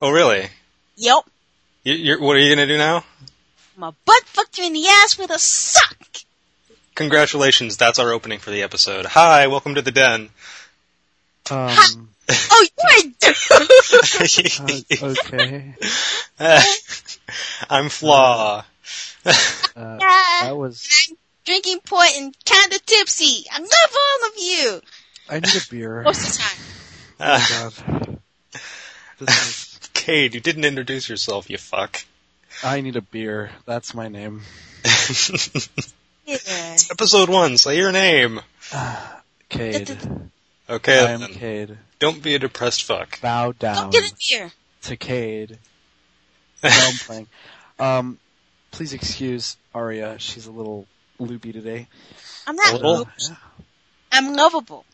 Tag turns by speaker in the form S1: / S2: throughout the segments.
S1: Oh, really?
S2: Yep.
S1: You, you're, what are you gonna do now?
S2: My butt fucked you in the ass with a sock.
S1: Congratulations, that's our opening for the episode. Hi, welcome to the den.
S3: Um,
S2: Oh, you're a dude.
S3: uh, okay.
S1: I'm Flaw.
S3: Uh,
S2: Ah,
S3: that was.
S2: Drinking port and kinda tipsy. I love all of you.
S3: I need a beer. Oh,
S2: Most of the time.
S1: Uh,
S3: God. This is-
S1: Cade, you didn't introduce yourself, you fuck.
S3: I need a beer. That's my name.
S2: Yeah.
S1: Episode 1, say your name.
S3: Cade. I
S1: Okay,
S3: am
S1: then.
S3: Cade.
S1: Don't be a depressed fuck.
S3: Bow down
S2: Don't get a beer.
S3: to Cade. No, I'm playing. Um, please excuse Aria. She's a little loopy today. Uh,
S2: I'm
S1: A
S2: not
S1: little?
S2: loopy. I'm lovable.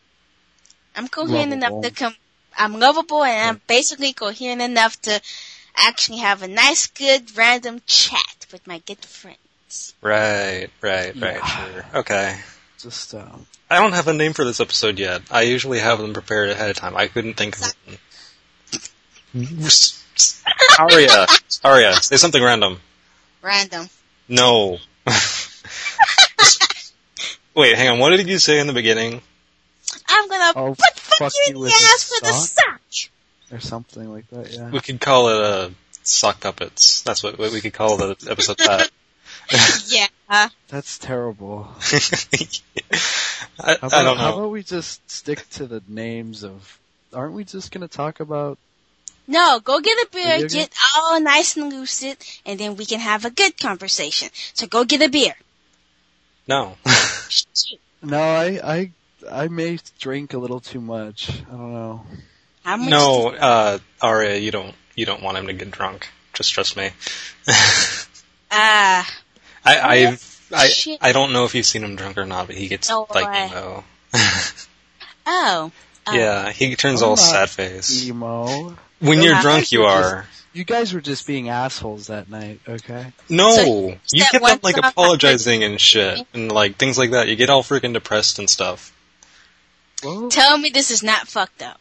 S2: I'm coherent enough
S3: Lovable.
S2: to come. I'm lovable, and I'm basically coherent enough to actually have a nice, good, random chat with my good friends.
S1: Right, right, right,
S3: Yeah.
S1: sure. Okay.
S3: Just uh,
S1: I don't have a name for this episode yet. I usually have them prepared ahead of time. I couldn't think of one. Aria, Aria, say something random.
S2: Random.
S1: No. Wait, hang on. What did you say in the beginning?
S2: I'm gonna
S3: Oh,
S2: put fuck you in the
S3: with a
S2: ass with a sock.
S3: or something like that. Yeah.
S1: We could call it uh, sock puppets. That's what, what we could call the episode. That.
S2: Yeah. Uh,
S3: That's terrible.
S1: I,
S3: How about,
S1: I don't
S3: How
S1: know.
S3: about we just stick to the names of? Aren't we just going to talk about?
S2: no, go get a beer,
S3: Video game?
S2: get all nice and lucid, and then we can have a good conversation. So go get a beer.
S1: No.
S3: No, I, I, I may drink a little too much. I don't know.
S2: How much
S1: no, uh, Aria, you don't, you don't want him to get drunk. Just trust me.
S2: Ah.
S1: I, I've, I,
S2: Shit.
S1: I don't know if you've seen him drunk or not, but he gets
S2: No
S1: like
S2: way.
S1: emo.
S2: oh. Oh.
S1: yeah, he turns
S3: I'm
S1: all
S3: not
S1: sad face.
S3: Emo.
S1: When you're
S2: Yeah.
S1: drunk, you
S3: Just-
S1: are.
S3: You guys were just being assholes that night, okay?
S1: No,
S2: So
S1: you
S2: that
S1: get
S2: one
S1: them like
S2: song-
S1: apologizing and shit, and like things like that. You get all freaking depressed and stuff.
S3: Well,
S2: Tell me this is not fucked up.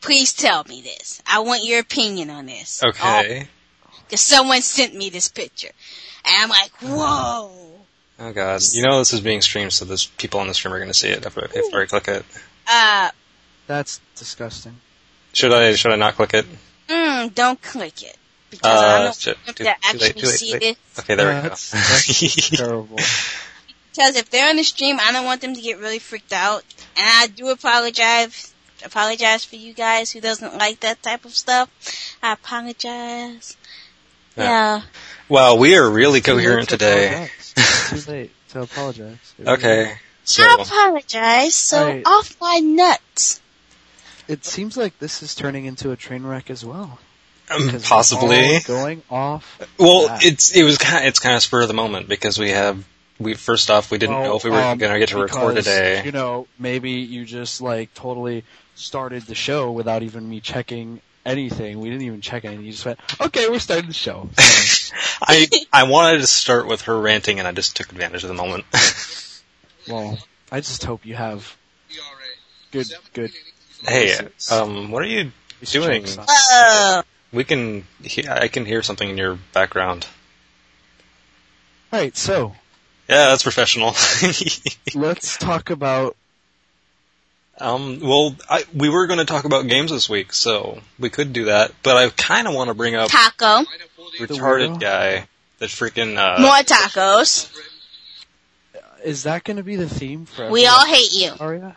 S2: Please tell me this. I want your opinion on this.
S1: Okay.
S2: Because someone sent me this picture. And I'm like, whoa.
S1: Oh, god, you know this is being streamed, so there's people on the stream are gonna see it if, I- if I click it.
S2: Uh,
S3: that's disgusting.
S1: Should I? Should I not click it?
S2: mm, don't click it. Because I
S1: Uh,
S2: don't
S1: shit.
S2: want
S1: Too-
S2: them to
S1: too late,
S2: actually
S1: too late,
S2: see
S1: too late.
S2: this.
S1: Okay, there we
S3: That's- that's
S1: go.
S3: terrible.
S2: Because if they're on the stream, I don't want them to get really freaked out. And I do apologize. Apologize for you guys who doesn't like that type of stuff. I apologize.
S1: Yeah.
S2: yeah.
S1: wow, we are really coherent
S3: Too late
S1: today.
S3: to apologize. It's Too late to apologize. It really
S1: Okay,
S3: is.
S1: so uh,
S2: I apologize, so
S3: Right.
S2: off my nuts.
S3: It seems like this is turning into a train wreck as well.
S1: um,
S3: 'cause we're
S1: possibly.
S3: all going off.
S1: Well,
S3: Yeah.
S1: it's it was kind it's kind of spur of the moment because we have we first off we didn't
S3: Well,
S1: know if we were
S3: um,
S1: going to get to record
S3: because,
S1: today.
S3: You know, maybe you just like totally started the show without even me checking anything. We didn't even check anything. You just went, okay, we're starting the show.
S1: I I wanted to start with her ranting and I just took advantage of the moment.
S3: well, I just hope you have good, good.
S1: hey, um, what are you? Doing.
S3: jokes on-
S2: Oh,
S1: We can he- I can hear something in your background.
S3: Alright, so,
S1: Yeah, that's professional.
S3: let's talk about,
S1: um, well, I, we were going to talk about games this week, so we could do that. But I kind of want to bring up
S2: taco.
S1: retarded
S3: weirdo?
S1: guy, the freaking uh,
S2: More tacos.
S3: is that gonna be the theme for
S2: We all
S3: everyone,
S2: hate you.
S3: Aria?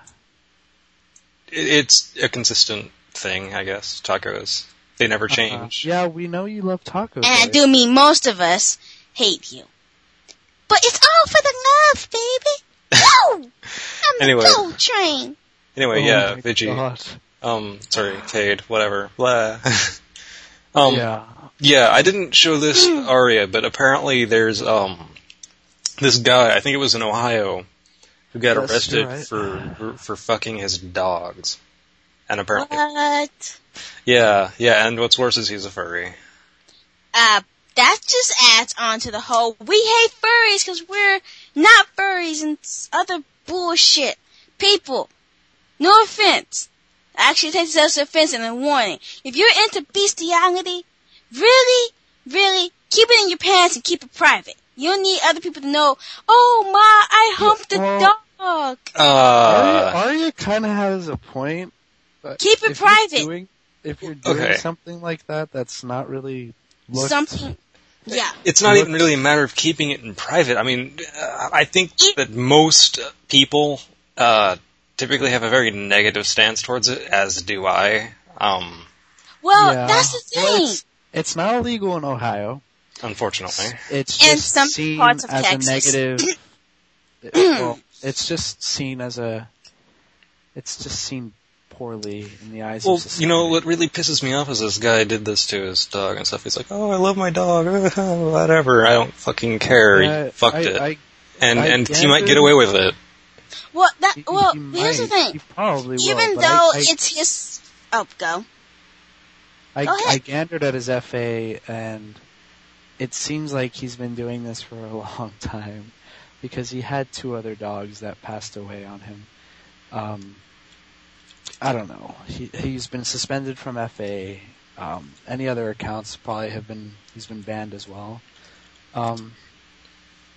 S1: it, it's a consistent thing, I guess. Tacos. They never change.
S3: Uh, yeah, we know you love tacos.
S2: And I
S3: right?
S2: do mean most of us hate you. But it's all for the love, baby. Woo! I'm
S1: Anyway.
S2: the gold train.
S1: Anyway,
S3: Oh
S1: yeah,
S3: my
S1: Vigi.
S3: God.
S1: Um, sorry, Cade, whatever. Blah. um, yeah.
S3: yeah.
S1: I didn't show this
S3: Hmm.
S1: to Aria, but apparently there's, um, this guy, I think it was in Ohio, who got
S3: Yes,
S1: arrested
S3: you're right.
S1: for, for fucking his dogs. And apparently,
S2: What?
S1: yeah, yeah, and what's worse is he's a furry.
S2: Uh, that just adds on to the whole we hate furries because we're not furries and s- other bullshit. People, no offense. I actually take this as an offense and a warning. If you're into bestiality, really, really, keep it in your pants and keep it private. You don't need other people to know, oh ma, I humped the
S3: Well-
S2: dog.
S1: Uh,
S3: Arya, Arya kind of has a point. but
S2: Keep it
S3: if you're
S2: private.
S3: doing- if you're doing
S1: Okay.
S3: something like that, that's not really looked,
S2: Something. Yeah.
S1: it's not even really a matter of keeping it in private. I mean, uh, I think that most people uh, typically have a very negative stance towards it, as do I. Um,
S2: Well,
S3: Yeah.
S2: that's the thing.
S3: Well, it's, it's not illegal in Ohio.
S1: unfortunately,
S3: It's just
S2: And some
S3: seen
S2: parts of
S3: as
S2: Texas.
S3: a negative. it- well, it's just seen as a. It's just seen poorly in the eyes
S1: Well,
S3: of society.
S1: you know what really pisses me off is this guy did this to his dog and stuff. He's like, "Oh, I love my dog, whatever. I don't fucking care.
S3: Yeah,
S1: you fucked
S3: I-
S1: it,"
S3: I-
S1: and
S3: I
S1: and he might
S3: gathered-
S1: get away with it.
S2: Well, that,
S3: he-
S2: well,
S3: he
S2: here's the
S3: might. He
S2: thing.
S3: probably will,
S2: Even
S3: but
S2: though
S3: I- I-
S2: it's his, oh, go.
S3: I,
S2: Go ahead.
S3: I gandered at his FA, and it seems like he's been doing this for a long time because he had two other dogs that passed away on him. Um, I don't know. He he's been suspended from FA. Um, any other accounts probably have been he's been banned as well. Um,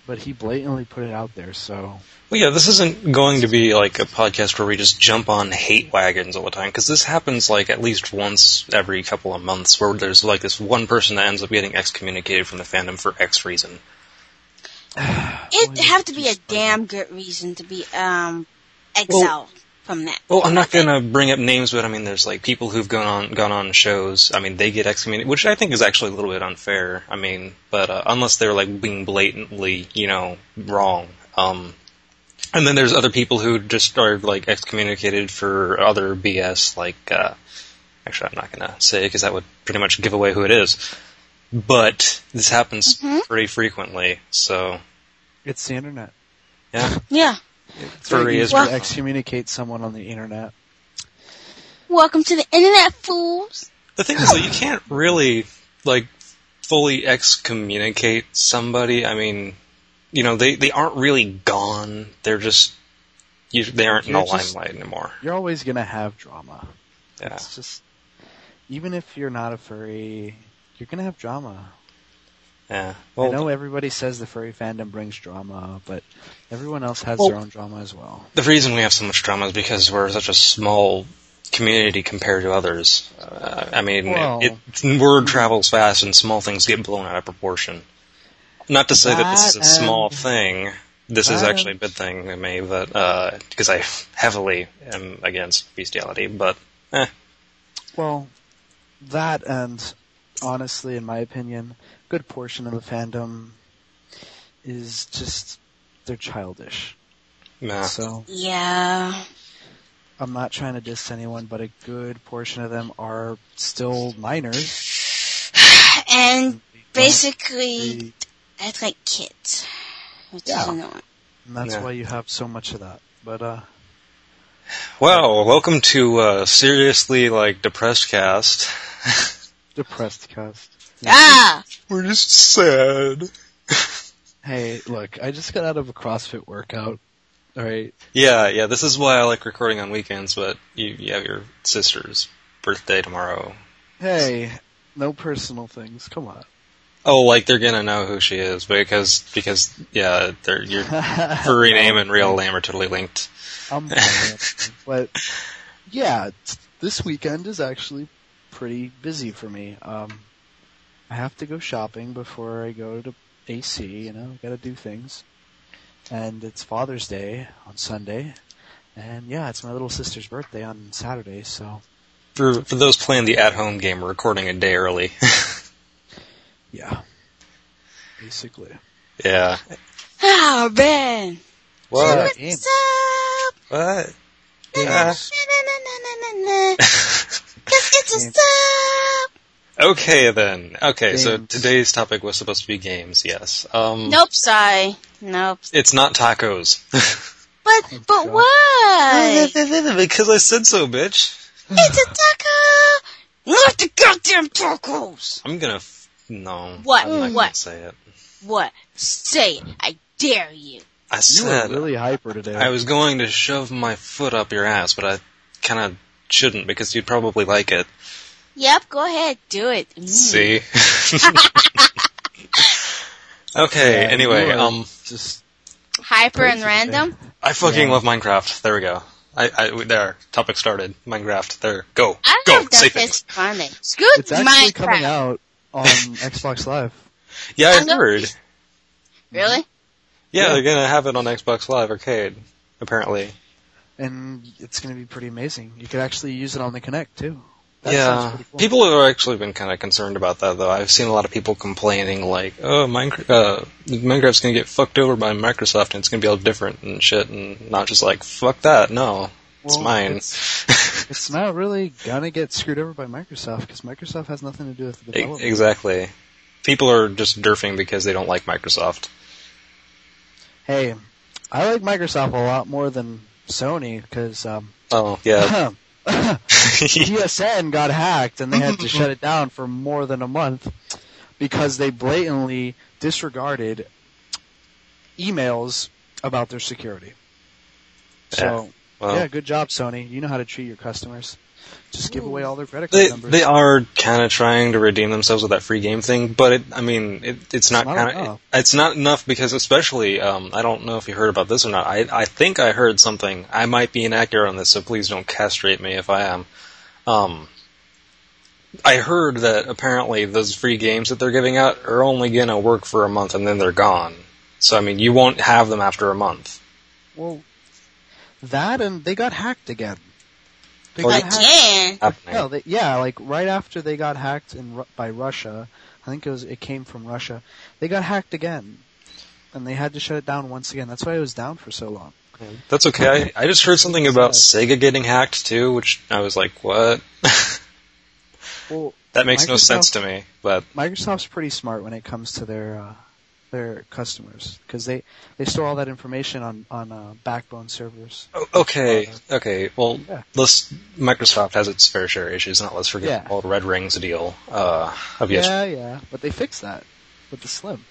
S3: but he blatantly put it out there, so
S1: Well, yeah, this isn't going to be like a podcast where we just jump on hate wagons all the time because this happens like at least once every couple of months where there's like this one person that ends up getting excommunicated from the fandom for X reason.
S2: It'd
S3: Well,
S2: have to be a
S3: just like-
S2: damn good reason to be, um, exiled from that.
S1: Well, I'm not gonna bring up names, but I mean, there's like people who've gone on gone on shows. I mean, they get excommunicated, which I think is actually a little bit unfair. I mean, but uh, unless they're like being blatantly, you know, wrong. Um, and then there's other people who just are like excommunicated for other BS. Like, uh, actually, I'm not gonna say because that would pretty much give away who it is. But this happens pretty frequently, so
S3: it's the internet.
S1: yeah.
S2: Yeah.
S3: It's
S1: Furry
S3: very easy
S1: is
S3: to
S2: wrong.
S3: excommunicate someone on the internet.
S2: Welcome to the internet, fools.
S1: The thing is that you can't really like fully excommunicate somebody. I mean, you know, they they aren't really gone. They're just you, they aren't in the
S3: You're just-
S1: limelight anymore.
S3: You're always gonna have drama.
S1: Yeah.
S3: It's just even if you're not a furry, you're gonna have drama.
S1: Yeah.
S3: I know
S1: Well,
S3: everybody says the furry fandom brings drama, but everyone else has their
S1: Well-
S3: own drama as well.
S1: the reason we have so much drama is because we're such a small community compared to others. Uh, I mean,
S3: Well-
S1: it, it, word travels fast and small things get blown out of proportion. Not to say that, this is a
S3: That and-
S1: small thing. This is
S3: that
S1: actually a
S3: and-
S1: good thing to me, but because I heavily am against bestiality, but eh,
S3: Well, that and honestly, in my opinion, a good portion of the fandom is just they're childish.
S1: nah.
S3: So
S2: Yeah.
S3: I'm not trying to diss anyone, but a good portion of them are still minors.
S2: And
S3: They-
S2: basically, it's like kids. Which is
S3: Yeah.
S2: annoying.
S3: And that's
S1: Yeah.
S3: why you have so much of that. But uh
S1: well, welcome to uh, seriously like depressed cast.
S3: depressed cast.
S2: Ah!
S1: We're just sad.
S3: Hey, look, I just got out of a CrossFit workout. Alright.
S1: Yeah, yeah. This is why I like recording on weekends, but you, you have your sister's birthday tomorrow.
S3: Hey, no personal things. Come on.
S1: Oh, like they're gonna know who she is because because yeah, they're, your furry name and real name are totally linked.
S3: I'm fine. but yeah, t- this weekend is actually pretty busy for me. Um I have to go shopping before I go to AC, you know, gotta do things. And it's Father's Day on Sunday. And yeah, it's my little sister's birthday on Saturday, so
S1: For for those playing the at home game, we're recording a day early.
S3: Yeah. Basically.
S1: yeah.
S2: Oh, man.
S3: What?
S2: What's up?
S1: What?
S3: Games.
S2: Na-na-na-na-na-na. 'Cause it's a
S3: Yeah.
S2: sub.
S1: okay then. Okay, so
S3: Games.
S1: today's topic was supposed to be games. Yes. Um.
S2: Nope, sorry. Nope.
S1: It's not tacos.
S2: But,
S3: Oh,
S2: but why?
S1: because I said so, bitch.
S2: It's a taco! Not the goddamn tacos!
S1: I'm gonna. F- no.
S2: What?
S1: I'm not gonna
S2: What?
S1: say it.
S2: What? Say it. I dare you.
S1: I
S3: You are
S1: said
S3: really hyper today.
S1: I was going to shove my foot up your ass, but I kind of shouldn't because you'd probably like it.
S2: Yep, go ahead, do it. Mm.
S1: See. okay.
S3: Yeah,
S1: anyway,
S3: you are
S1: um,
S3: just
S2: Hyper and
S3: Crazy
S2: random.
S1: I fucking
S3: Yeah.
S1: love Minecraft. There we go. I, I there. Topic started. Minecraft. There. Go.
S2: I don't know
S1: Go.
S2: if
S1: Say
S2: that's
S1: things.
S2: just funny. Screw
S3: it's actually
S2: Minecraft.
S3: coming out on Xbox Live.
S1: Yeah,
S2: I
S1: I
S2: know.
S1: heard.
S2: Really?
S1: Yeah,
S3: Yeah.
S1: they're gonna have it on Xbox Live Arcade. Apparently.
S3: and it's going to be pretty amazing. You could actually use it on the Connect too. That sounds
S1: yeah,
S3: pretty cool.
S1: people have actually been kind of concerned about that, though. I've seen a lot of people complaining, like, "Oh, Minecraft, uh, Minecraft's gonna get fucked over by Microsoft, and it's gonna be all different and shit," and not just like, "Fuck that, no, it's
S3: Well,
S1: mine."
S3: It's, it's not really gonna get screwed over by Microsoft because Microsoft has nothing to do with the
S1: E-
S3: development.
S1: exactly. People are just derfing because they don't like Microsoft.
S3: Hey, I like Microsoft a lot more than Sony because um,
S1: Oh, yeah.
S3: PSN got hacked and they had to shut it down for more than a month because they blatantly disregarded emails about their security. So
S1: well,
S3: yeah, good job, Sony. You know how to treat your customers. Just give away all their credit card
S1: they
S3: numbers.
S1: they are kind of trying to redeem themselves with that free game thing, but it, I mean, it, it's, not,
S3: not
S1: kind
S3: enough.
S1: of it's not enough because especially um, I don't know if you heard about this or not. I I think I heard something. I might be inaccurate on this, so please don't castrate me if I am. Um, I heard that apparently those free games that they're giving out are only gonna work for a month and then they're gone. So I mean, you won't have them after a month.
S3: Well, that and they got hacked again. They
S1: Or-
S3: got hacked.
S2: Again.
S1: Happening.
S3: No, they, yeah, like right after they got hacked in Ru- by Russia, I think it was it came from Russia. They got hacked again, and they had to shut it down once again. That's why it was down for so long.
S1: That's okay. I, I just heard something about Sega getting hacked too, which I was like, what?
S3: Well,
S1: That makes no
S3: Microsoft-
S1: sense to me, but
S3: Microsoft's pretty smart when it comes to their uh, their customers because they they store all that information on on uh, backbone servers.
S1: o- oh, okay, okay. Well,
S3: Yeah.
S1: let's, Microsoft has its fair share of issues. Not let's forget
S3: Yeah.
S1: the old Red Rings deal uh, of yesterday.
S3: Yeah, yeah, but they fixed that with the Slim.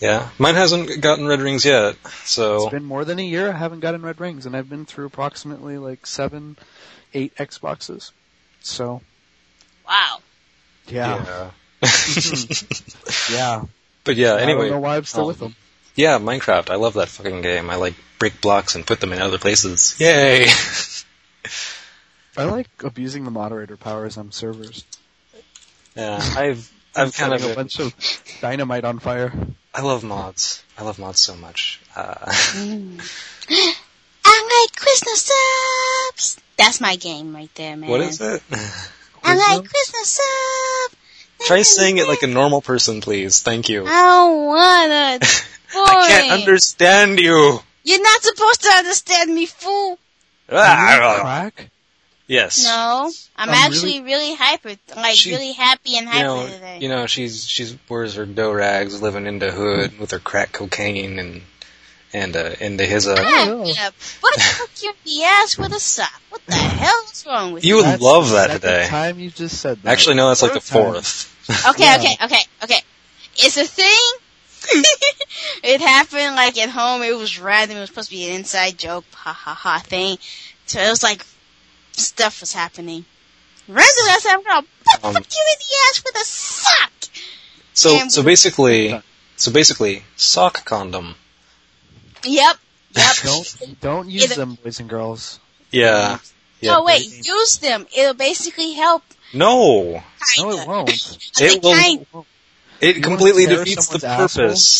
S1: Yeah, mine hasn't gotten Red Rings yet, so
S3: It's been more than a year. I haven't gotten red rings, and I've been through approximately like seven, eight Xboxes. So
S2: Wow.
S3: yeah, yeah.
S1: but yeah.
S3: I don't know
S1: Anyway,
S3: why I'm still
S1: um,
S3: with them.
S1: yeah, Minecraft. I love that fucking game. I like break blocks and put them in other places. Yay!
S3: I like abusing the moderator powers on servers.
S1: yeah, I've I've kind
S3: Setting
S1: of
S3: a bunch of dynamite on fire.
S1: I love mods. I love mods so much. Uh,
S2: I like Christmas subs. That's my game right there, man.
S1: what is it?
S2: I like
S3: Quiznos?
S2: Christmas sub.
S1: Try saying it like a normal person, please. Thank you.
S2: I don't wanna. It's
S1: I can't
S2: boring.
S1: understand you.
S2: You're not supposed to understand me, fool.
S3: Can you
S1: Ah,
S3: crack?
S1: yes.
S2: No, I'm,
S3: I'm
S2: actually really, hyper, like
S1: She-
S2: really happy and
S1: You
S2: hyper
S1: know,
S2: today.
S1: you know, she's she's wears her do rags, living in the hood with her crack cocaine and and uh, into his uh.
S2: Ah,
S3: know.
S2: yeah, What the fuck you the ass with a sock? What the hell is wrong with
S1: You
S2: you?
S1: would love that
S3: That's the
S1: today.
S3: Time you just said that.
S1: Actually, no, that's like the
S3: Third time.
S1: fourth.
S2: Okay,
S3: Yeah.
S2: okay, okay, okay. It's a thing. it happened like at home. It was random. It was supposed to be an inside joke, ha ha ha thing. So it was like stuff was happening. Renzo, I said, I'm gonna fuck
S1: Um,
S2: you in the ass with a sock.
S1: So
S2: And-
S1: so basically, so basically, sock condom.
S2: Yep. Yep.
S3: don't don't use
S2: Either-
S3: them, boys and girls.
S1: Yeah. yeah.
S2: no, Oh, wait. Use them. It'll basically help.
S1: No.
S3: No,
S2: Kinda.
S3: it won't.
S1: It will-
S2: Kind-
S1: It
S3: You
S1: completely
S3: wanna tear
S1: defeats the
S3: someone's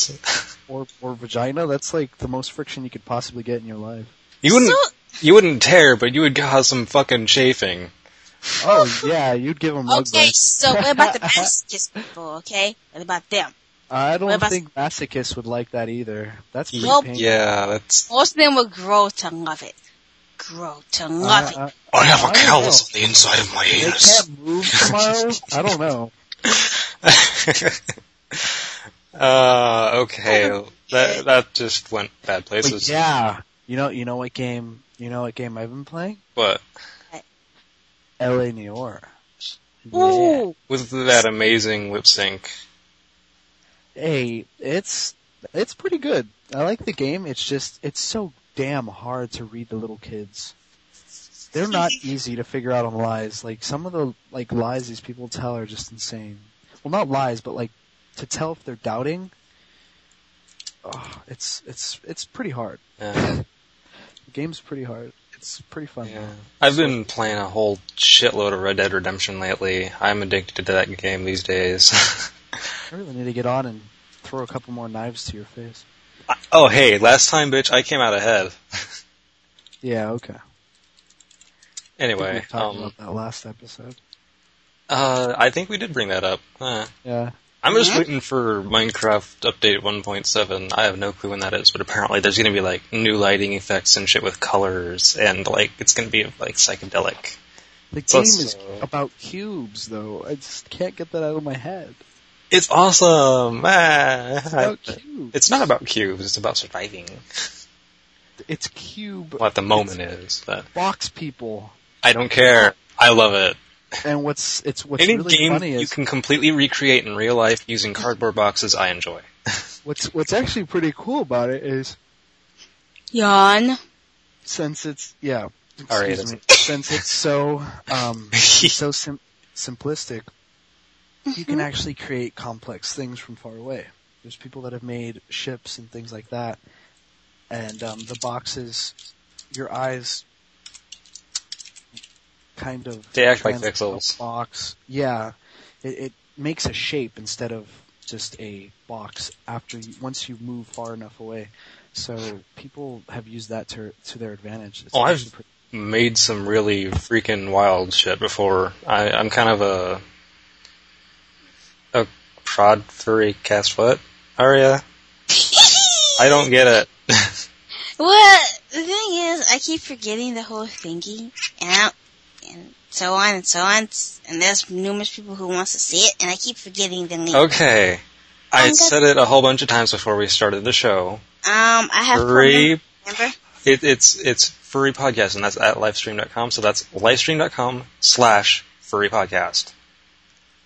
S1: purpose.
S3: Or or vagina. That's like the most friction you could possibly get in your life.
S1: You wouldn't
S2: So-
S1: you wouldn't tear, but you would cause some fucking chafing.
S3: Oh yeah, you'd give them rug
S2: Okay,
S3: burns.
S2: so what about the masochist people? Okay, what about them?
S3: I
S2: What
S3: don't
S2: about-
S3: think masochists would like that either. That's pretty
S2: Well,
S3: painful.
S1: Yeah, that's.
S2: Most of them will grow to love it. Grow to
S3: Uh,
S2: love it.
S3: uh,
S1: I have
S3: a I don't callus
S1: on the inside of my
S3: they can't move tomorrow. I don't know.
S1: uh, okay, that that just went bad
S3: But
S1: places.
S3: yeah, you know, you know what game? You know what game I've been playing?
S1: But
S3: L.A. New York. Yeah.
S2: Ooh,
S1: with that amazing lip sync,
S3: Hey, it's it's pretty good. I like the game. It's just it's so damn hard to read the little kids. they're not easy to figure out on lies. Like some of the like lies these people tell are just insane. Well, not lies, but like to tell if they're doubting. Oh, it's it's it's pretty hard.
S1: Yeah.
S3: The game's pretty hard. It's pretty fun.
S1: uh, Yeah. I've been playing a whole shitload of Red Dead Redemption lately. I'm addicted to that game these days.
S3: I really need to get on and throw a couple more knives to your face.
S1: oh, hey, last time, bitch, I came out ahead.
S3: Yeah. Okay. I think we
S1: anyway, um,
S3: talked about that last episode.
S1: uh, I think we did bring that up. Uh, Huh.
S3: Yeah.
S1: I'm just
S2: Yeah.
S1: waiting for Minecraft update 1.7. I have no clue when that is, but apparently there's going to be like new lighting effects and shit with colors, and like it's going to be like psychedelic.
S3: The game
S1: Plus,
S3: is
S1: uh,
S3: about cubes, though. I just can't get that out of my head.
S1: It's awesome. Ah.
S3: It's about cubes.
S1: It's not about cubes. It's about surviving.
S3: It's cube
S1: What the moment is, but
S3: box people.
S1: I don't care. I love it.
S3: And what's it's what's
S1: Any
S3: really
S1: game
S3: funny
S1: you
S3: is
S1: can completely recreate in real life using cardboard boxes, I enjoy.
S3: what's what's actually pretty cool about it is
S2: Yawn.
S3: since it's yeah,
S1: All right,
S3: excuse me,
S1: that's-
S3: since it's so um so sim- simplistic, you can actually create complex things from far away. There's people that have made ships and things like that, and um, the boxes, your eyes, kind of
S1: They act like
S3: translate a
S1: pixels.
S3: Box, yeah, it, it makes a shape instead of just a box. After you, once you move far enough away, so people have used that to to their advantage. It's
S1: Oh, I've-
S3: actually pretty-
S1: made some really freaking wild shit before. I, I'm kind of a a prod furry cast foot Aria. I don't get it.
S2: Well, the thing is, I keep forgetting the whole thingy, and I, and so on and so on, and there's numerous people who wants to see it, and I keep forgetting the
S3: Oh,
S2: link.
S1: Okay, I
S2: I'm good.
S1: said it a whole bunch of times before we started the show.
S2: Um, I have
S1: Furry,
S2: remember.
S1: it, it's it's furry podcast, and that's at livestream.com. So that's livestream.com slash furry podcast.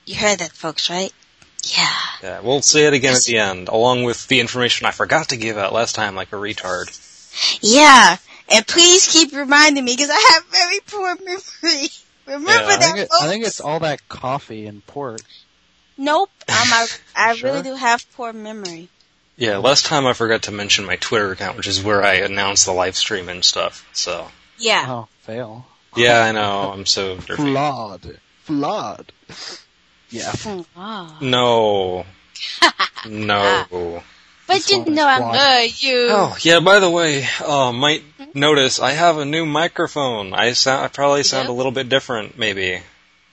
S2: You heard that, folks, right? Yeah.
S1: Yeah, we'll say it again at the end, along with the information I forgot to give out last time, like a retard.
S2: Yeah. And please keep reminding me, because I have very poor memory. Remember
S1: Yeah, I
S3: I
S2: that,
S3: think, it,
S2: folks.
S3: I think it's all that coffee and pork.
S2: Nope. Um, I, I
S3: Sure?
S2: really do have poor memory.
S1: Yeah, last time I forgot to mention my Twitter account, which is where I announce the live stream and stuff. So
S2: Yeah.
S3: Oh, fail.
S1: yeah, I know I'm so dirty.
S3: Flawed. Flawed. Yeah.
S2: Wow.
S1: No, no.
S2: But you
S3: one
S2: know
S3: is
S2: I
S3: wide.
S2: love you.
S1: Oh yeah. By the way, uh, might notice I have a new microphone. I sound, I probably sound a
S2: Yep.
S1: little bit different, maybe.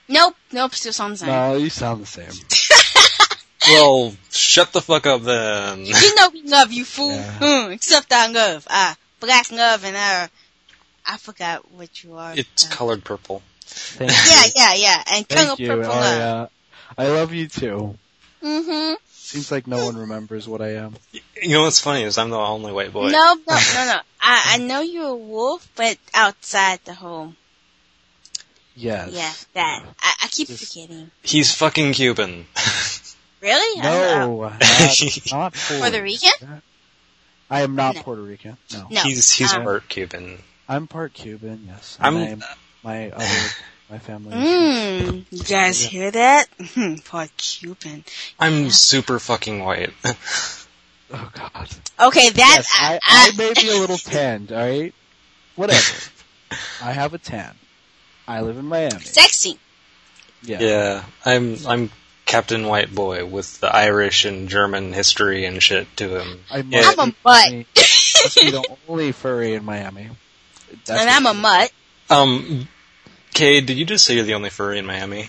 S2: Nope. Nope. Still sounds the same.
S3: No, you sound the same.
S1: Well, shut the fuck up then.
S2: You know we love you, fool.
S3: Yeah.
S2: Mm, except I love. Uh, black love and uh, I forgot what you are.
S1: It's
S2: Uh,
S1: colored purple.
S3: Thank
S2: yeah,
S3: you.
S2: yeah, yeah. And Colonel
S3: Thank you, uh,
S2: Purple Love.
S3: Arya. I love you too.
S2: Mm-hmm.
S3: Seems like no one remembers what I am.
S1: You know what's funny is I'm the only white boy.
S2: No, no, no, no. I, I know you're a wolf, but outside the home.
S3: Yes.
S2: Yeah, that. I, I keep
S3: Just-
S2: forgetting.
S1: He's fucking Cuban.
S2: Really? uh, I, uh,
S3: No, not, not Puerto
S2: Puerto Rican?
S3: I am not
S2: No.
S3: Puerto Rican. No.
S2: No.
S1: he's he's
S2: um,
S1: part Cuban.
S3: I'm part Cuban, yes.
S1: I'm-
S3: And I am my other, my family.
S2: Mm, you guys
S3: Yeah.
S2: hear that? Poor Cuban.
S1: I'm super fucking white.
S3: Oh god.
S2: Okay, that uh,
S3: yes, I, I may be a little tanned, alright? Whatever. I have a tan. I live in Miami.
S2: sexy.
S3: Yeah.
S1: Yeah, I'm I'm Captain White Boy with the Irish and German history and shit to him.
S3: I
S1: Yeah.
S2: I'm a mutt,
S3: Miami must be the only furry in Miami. That's
S2: and I'm a
S3: what-
S2: mutt.
S1: Um, Cade, did you just say you're the only furry in Miami?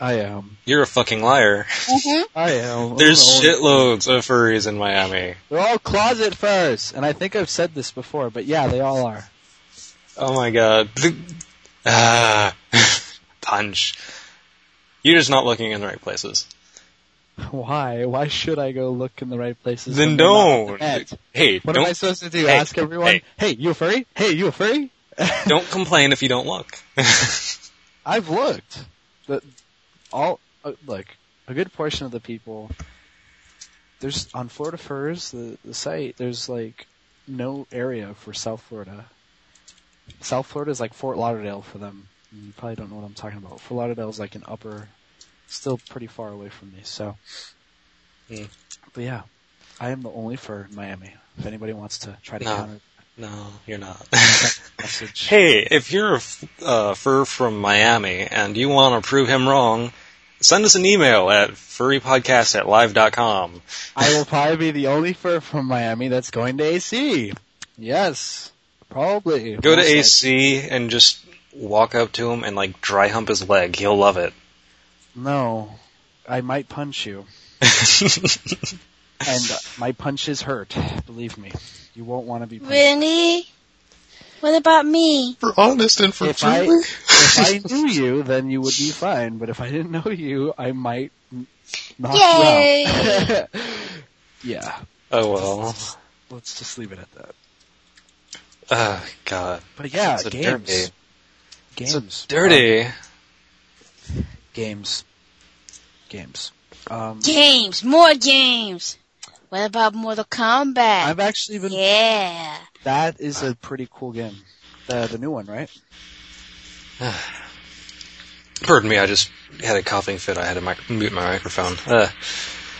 S3: I am.
S1: You're a fucking liar.
S2: hmm
S3: I am. I'm
S1: There's
S3: the only-
S1: shitloads of furries in Miami.
S3: They're all closet furs, and I think I've said this before, but yeah, they all are.
S1: Oh my god. Ah, punch. You're just not looking in the right places.
S3: Why? Why should I go look in the right places?
S1: Then
S3: when they're not
S1: don't.
S3: met?
S1: Hey,
S3: What am I
S1: don't
S3: supposed to do?
S1: Hey,
S3: Ask everyone?
S1: hey.
S3: Hey. you a furry? Hey, you a furry?
S1: don't complain if you don't look.
S3: I've looked. The, all uh, look. A good portion of the people. There's on Florida Furs the the site. There's like no area for South Florida. South Florida is like Fort Lauderdale for them. You probably don't know what I'm talking about. Fort Lauderdale is like an upper, still pretty far away from me. So,
S1: Hmm.
S3: but yeah, I am the only fur in Miami. If anybody wants to try to
S1: No.
S3: counter
S1: No, you're not.
S3: message,
S1: hey, if you're a f- uh, fur from Miami and you want to prove him wrong, send us an email at furrypodcast at live.com.
S3: I will probably be the only fur from Miami that's going to AC. Yes, probably.
S1: Go to
S3: Most
S1: AC and just walk up to him and like dry hump his leg. He'll love it.
S3: like- no, I might punch you, and my punches hurt. Believe me, you won't want to be. Punched.
S2: Really? What about me?
S1: for honest and
S3: If I if I knew you, then you would be fine. But if I didn't know you, I might n- knock you out. yeah,
S1: Oh well.
S3: let's just leave it at that.
S1: Oh god.
S3: But yeah,
S1: It's a dirty- it's
S3: games, games, Uh,
S1: Dirty.
S3: games, games. Um,
S2: Games, more games. What about Mortal Kombat?
S3: I've actually been
S2: yeah.
S3: That is a pretty cool game. The the new one, right?
S1: Pardon me, I just had a coughing fit. I had to mic- mute my microphone. Uh,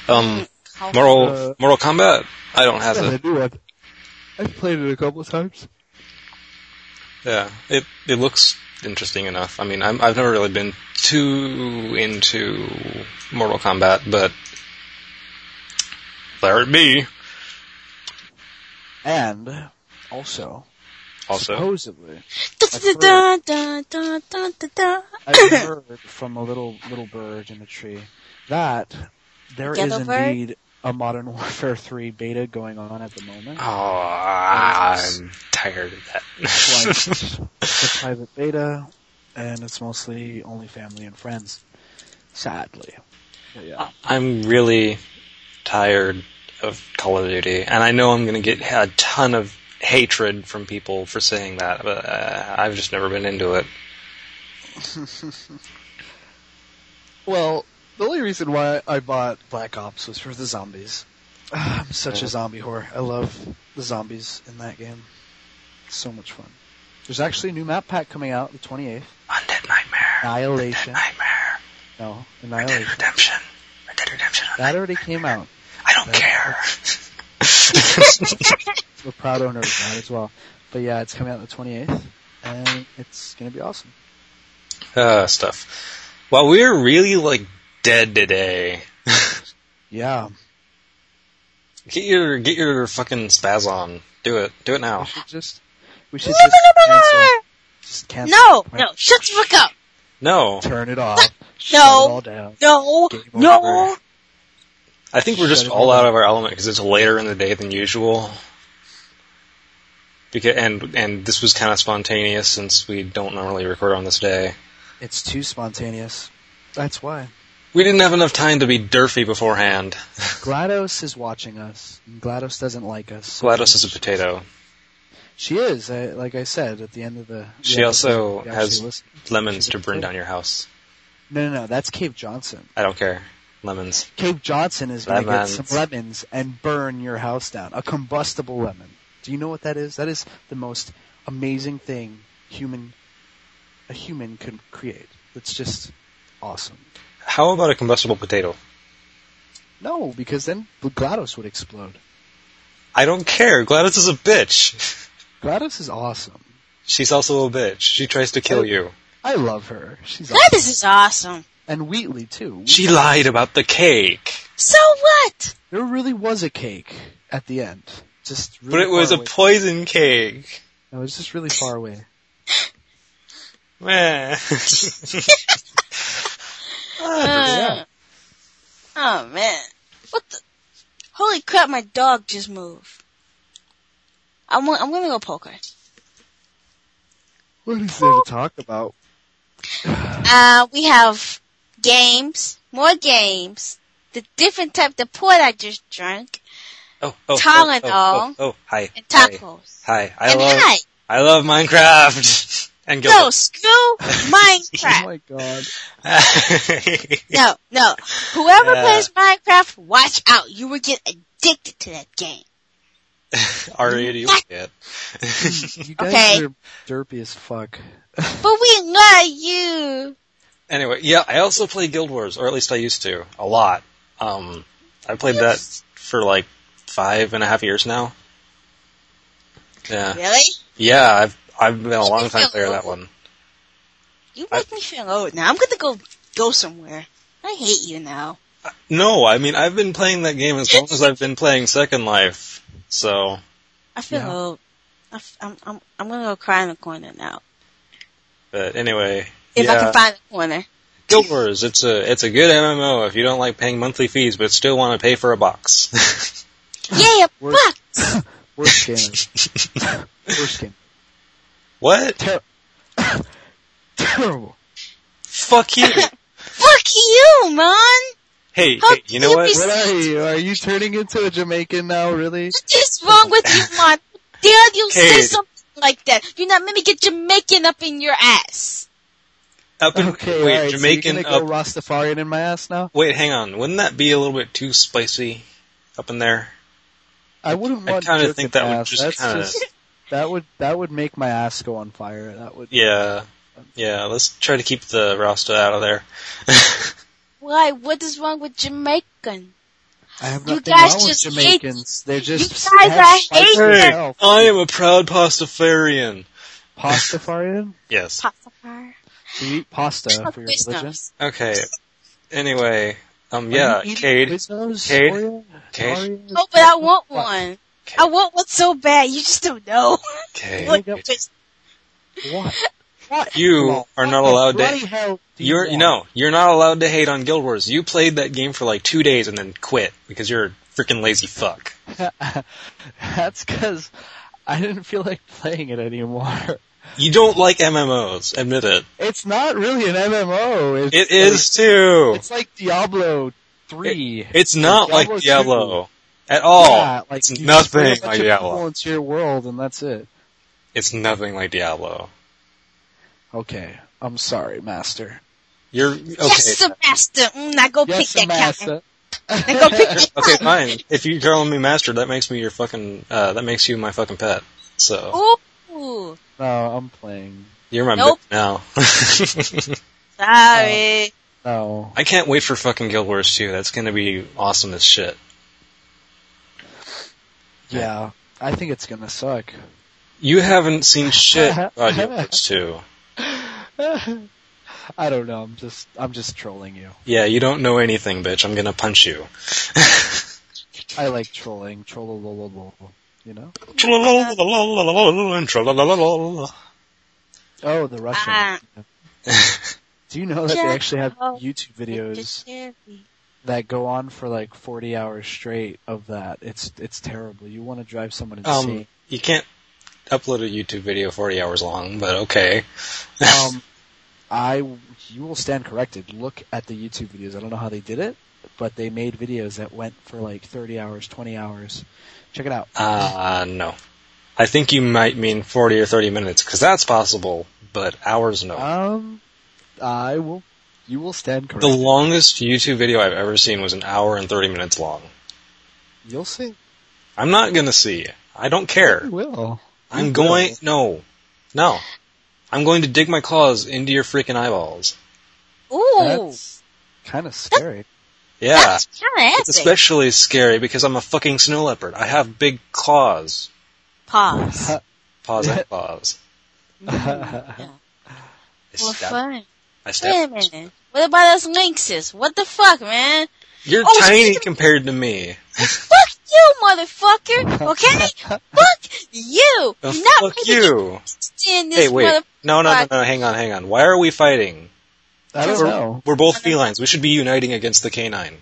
S1: um, Mortal
S3: Uh,
S1: Mortal Kombat. I don't have it.
S3: new one. I've played it a couple of times.
S1: Yeah, it it looks interesting enough. I mean, I'm, I've never really been too into Mortal Kombat, but there it be.
S3: And also,
S1: Also,
S3: supposedly,
S2: Dun, dun, dun, dun, dun, dun, dun.
S3: I've heard from a little little bird in a tree that there is
S2: Yellow bird?
S3: indeed a Modern Warfare 3 beta going on at the moment.
S1: oh, I'm tired of
S3: Like,
S1: that.
S3: it's a private beta, and it's mostly only family and friends. Sadly, But yeah.
S1: I'm really tired of Call of Duty, and I know I'm going to get a ton of hatred from people for saying that, but uh, I've just never been into it.
S3: Well, the only reason why I bought Black Ops was for the zombies. Ah, I'm such a zombie whore. I love the zombies in that game. It's so much fun. There's actually a new map pack coming out the 28th.
S1: Undead Nightmare,
S3: Annihilation.
S1: Nightmare,
S3: No,
S1: Dead
S3: Annihilation.
S1: Redemption, Dead Redemption.
S3: That already came out.
S1: I don't
S3: That-
S1: care.
S3: We're proud owner of that as well. But yeah, it's coming out the 28th, and it's gonna be awesome.
S1: uh, stuff. Well, we're really like dead today.
S3: Yeah,
S1: Get your get your fucking spaz on. Do it. Do it
S3: we
S1: now.
S3: should just we should just cancel. Just cancel.
S2: No, no, shut the fuck up.
S1: No,
S3: Turn it off. Shut
S2: No.
S3: it all down.
S2: No,
S3: Game
S2: no.
S1: over. I think we're just
S3: Shut it
S1: all
S3: down.
S1: out of our element because it's later in the day than usual. Because and and this was kind of spontaneous since we don't normally record on this day.
S3: It's too spontaneous. That's why.
S1: We didn't have enough time to be derfy beforehand.
S3: GLaDOS is watching us. and GLaDOS doesn't like us.
S1: Gladys is a potato.
S3: She is, I, like I said, at the end of the.
S1: She
S3: the
S1: also
S3: episode, she
S1: has-
S3: actually listened.
S1: Lemons to burn down your house.
S3: No, no, no, that's Cave Johnson.
S1: I don't care. Lemons.
S3: Cave Johnson is going to get
S1: Lemons.
S3: some lemons and burn your house down. A combustible lemon. Do you know what that is? That is the most amazing thing human, a human could create. It's just awesome.
S1: How about a combustible potato?
S3: No, because then GLaDOS would explode.
S1: I don't care. Gladys is a bitch.
S3: GLaDOS is awesome.
S1: She's also a bitch. She tries to kill you.
S3: I love her. She's awesome.
S2: Gladys is awesome.
S3: And Wheatley too.
S1: She lied about the cake.
S2: So what?
S3: There really was a cake at the end. Just really
S1: But it was
S3: far
S1: a
S3: away.
S1: poison cake.
S3: it was just really far away.
S1: Meh.
S2: Uh, oh man, what the? Holy crap! My dog just moved. I'm wa- I'm gonna go poker.
S3: What is there to talk about?
S2: Uh, we have games, more games, the different type of port I just drank,
S1: oh, oh, oh,
S2: Tylenol.
S1: oh, oh, oh, hi.
S2: and tacos.
S1: Hi. hi. I
S2: and
S1: love
S2: hi,
S1: I love Minecraft. and
S2: no
S1: Gilbert.
S2: screw
S3: Oh
S2: Minecraft.
S3: my god.
S2: No, no. Whoever
S1: Yeah.
S2: plays Minecraft, watch out. You will get addicted to that game.
S1: R80 yet.
S3: You guys
S2: Okay.
S3: are derpy as fuck.
S2: But we love you.
S1: Anyway, yeah, I also play Guild Wars, or at least I used to, a lot. Um, I played that for like five and a half years now. Yeah,
S2: Really?
S1: yeah, I've I've been a
S2: Speaking
S1: long time
S2: of
S1: player of that
S2: local-
S1: one.
S2: You
S1: I-
S2: make me feel old now. I'm gonna go go somewhere. I hate you now.
S1: No, I mean I've been playing that game as long as I've been playing Second Life. So
S2: I feel
S3: Yeah.
S2: old. I f- I'm I'm I'm gonna go cry in the corner now.
S1: But anyway,
S2: If I
S1: yeah,
S2: can find a corner.
S1: Guild Wars. It's a it's a good MMO if you don't like paying monthly fees, but still want to pay for a box.
S2: Yeah,
S3: We're-
S2: fuck.
S3: Worst game. ever. Worst game.
S1: what?
S3: Ter- terrible.
S1: Fuck you.
S2: Fuck you, man.
S1: Hey,
S2: How
S1: hey, you know what?
S2: dare
S3: What are you? Are you turning into a Jamaican now? Really?
S2: What is wrong with you, man? Dare you say
S1: Kid.
S2: something like that? You're not let me get Jamaican up in your ass.
S1: Up in,
S3: Okay.
S1: wait,
S3: all right,
S1: Jamaican
S3: So you're gonna
S1: up
S3: go Rastafarian in my ass now?
S1: Wait, hang on. Wouldn't that be a little bit too spicy up in there?
S3: I wouldn't
S1: I
S3: want.
S1: kinda
S3: jerk
S1: think
S3: in
S1: that would
S3: ass.
S1: just
S3: That's
S1: kinda-
S3: just- That would that would make my ass go on fire. That would.
S1: Yeah. Yeah, let's try to keep the Rasta out of there.
S2: Why? What is wrong with Jamaican?
S3: I have
S2: You
S3: nothing
S2: guys
S3: wrong with
S2: just hate-
S3: Jamaicans. They're just
S2: guys
S3: have
S2: are
S3: spikes
S2: hating
S3: as
S2: them.
S3: hell.
S1: I am a proud Pastafarian.
S3: Pastafarian?
S1: Yes.
S2: Pasta fire.
S3: Do you eat pasta for your
S2: Quiz
S3: religion?
S2: knows.
S1: Okay. Anyway, um,
S3: Are
S1: yeah,
S3: you eating
S1: Cade.
S3: Quiznos,
S1: Cade.
S3: Oreo,
S1: Cade.
S3: Oreos?
S2: Oh, but I want
S3: What?
S2: one.
S1: Cade.
S2: I want one so bad. You just don't know.
S1: Cade.
S2: Look,
S3: Yep.
S2: just-
S3: What? What?
S1: You are not allowed
S3: Bloody
S1: to.
S3: hell do you
S1: You're
S3: want?
S1: no, you're not allowed to hate on Guild Wars. You played that game for like two days and then quit because you're a freaking lazy fuck.
S3: That's because I didn't feel like playing it anymore.
S1: You don't like MMOs. Admit it.
S3: It's not really an MMO. It's,
S1: It is too.
S3: It's like Diablo three.
S1: It's not
S3: Diablo
S1: like Diablo at all.
S3: yeah, like
S1: it's
S3: you just bring a
S1: oh, nothing
S3: bunch
S1: like
S3: of
S1: Diablo.
S3: people into your world, and that's it.
S1: It's nothing like Diablo.
S3: Okay, I'm sorry, Master.
S1: You're okay.
S2: Yes, the master. Mm, I go
S3: Yes,
S2: pick that cotton.
S3: Master.
S2: I go pick that
S1: okay,
S2: cotton.
S1: fine. If you're calling me master, that makes me your fucking. Uh, that makes you my fucking pet. So
S2: Ooh,
S3: No, I'm playing.
S1: you're my
S2: Oh, Nope.
S1: bitch now.
S2: sorry.
S3: No.
S1: I can't wait for fucking Guild Wars 2. That's gonna be awesome as shit.
S3: Yeah, I think it's gonna suck.
S1: You haven't seen shit about Guild Wars 2.
S3: I don't know. I'm just I'm just trolling you.
S1: Yeah, you don't know anything, bitch. I'm gonna punch you.
S3: I like trolling. Trollolololol. You know? Oh, the Russian.
S2: Ah.
S3: Do you know that they
S2: Yeah.
S3: actually have
S2: Oh.
S3: YouTube videos
S2: Just cherry.
S3: that go on for like 40 hours straight of that? It's it's terrible. You want to drive someone
S1: Um,
S3: insane.
S1: you can't upload a YouTube video 40 hours long, but okay.
S3: Um, I you will stand corrected. Look at the YouTube videos. I don't know how they did it, but they made videos that went for like 30 hours, 20 hours. Check it out.
S1: Uh, no. I think you might mean 40 or 30 minutes, because that's possible, but hours no.
S3: Um, I will. You will stand
S1: the
S3: corrected.
S1: longest YouTube video I've ever seen was an hour and 30 minutes long.
S3: You'll see.
S1: I'm not gonna see. I don't care.
S3: You will.
S1: I'm
S3: will.
S1: going, no. No. I'm going to dig my claws into your freaking eyeballs.
S2: Ooh,
S3: That's kind of scary.
S1: Yeah.
S2: that's kind of
S1: It's especially scary because I'm a fucking snow leopard. I have big claws.
S2: Pause.
S1: Paws and claws. I
S2: Well,
S1: stab-
S2: fun.
S1: I
S2: Wait a
S1: stab-
S2: minute. What about us lynxes? What the fuck, man?
S1: You're
S2: Oh,
S1: tiny
S2: speaking of-
S1: compared to me.
S2: Fuck you, motherfucker. Okay? fuck you.
S1: Oh,
S2: You're not
S1: fuck
S2: making
S1: you.
S2: in this
S1: Hey, wait.
S2: mother-
S1: No, no, no, no, hang on, hang on. Why are we fighting?
S3: I don't
S2: We're-
S3: know.
S1: We're both felines. We should be uniting against the canine.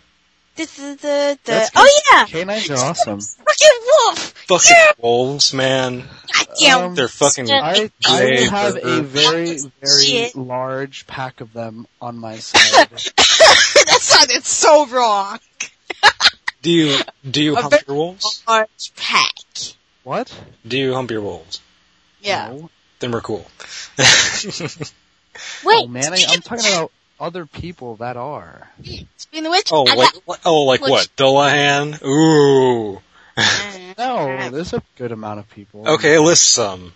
S2: the, the, the, the.
S3: That's good.
S2: Oh yeah,
S3: Canines are awesome.
S2: fucking wolf.
S1: Fucking wolves, man.
S2: Goddamn.
S3: Um,
S1: They're fucking.
S3: I, I
S1: Jay
S3: will have a
S1: Burger.
S3: very, very
S2: Shit.
S3: large pack of them on my side.
S2: that sounded so wrong.
S1: Do you do you
S2: I
S1: hump
S2: bet-
S1: your wolves?
S2: Orange pack.
S3: what?
S1: Do you hump your wolves?
S2: Yeah.
S3: No.
S1: Then we're cool.
S2: Wait.
S3: Oh man, I, I'm talking about other people that are.
S2: Speaking of which,
S1: oh,
S2: I
S1: like oh, like what? Dolahan? Ooh.
S2: got,
S3: No, there's a good amount of people.
S1: Okay, list some.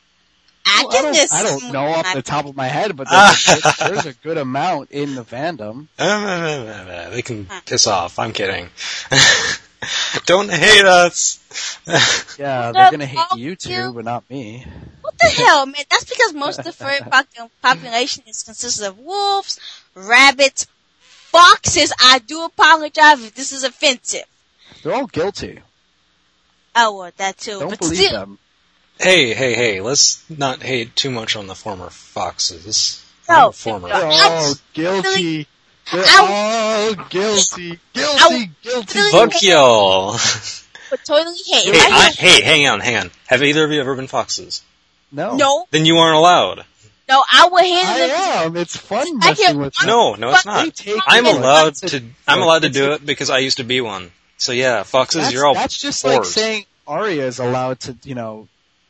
S2: I
S3: Well, I,
S2: did
S3: don't,
S2: this.
S3: I don't know off the top of my head, but
S1: Ah.
S3: there's, a good, there's a good amount in the fandom.
S1: They can
S2: Hmm.
S1: piss off. I'm kidding. Don't hate us.
S2: No,
S3: Yeah, they're gonna hate
S2: fuck
S3: you
S2: you.
S3: two, but not me.
S2: What the hell, man? That's because most of the furry po- population is consists of wolves, rabbits, foxes. I do apologize if this is offensive.
S3: They're all guilty.
S2: Oh, well, that too.
S3: Don't
S2: but
S3: believe
S2: still,
S3: them.
S1: hey, hey, hey! Let's not hate too much on the former foxes.
S2: No,
S1: I'm former.
S2: no,
S3: They're
S2: I
S3: all
S2: was
S3: guilty. They're all guilty.
S2: I
S3: Guilty. Guilty.
S2: really-
S1: Fuck y'all.
S2: But totally hate.
S1: Hey, I,
S2: Right?
S1: hey, hang on, hang on. Have either of you ever been foxes?
S3: No.
S2: no,
S1: Then you aren't allowed.
S2: no, I would
S3: I
S2: handle it.
S3: am. It's fun
S2: I get
S3: messing with them.
S1: No, no, it's
S3: They
S1: not.
S3: take
S1: I'm
S3: it.
S1: allowed
S3: That's
S1: to.
S3: it.
S1: I'm allowed to do it because I used to be one. So yeah, foxes,
S3: That's,
S1: you're all.
S3: that's just like
S1: whores.
S3: saying Arya is allowed to, you know,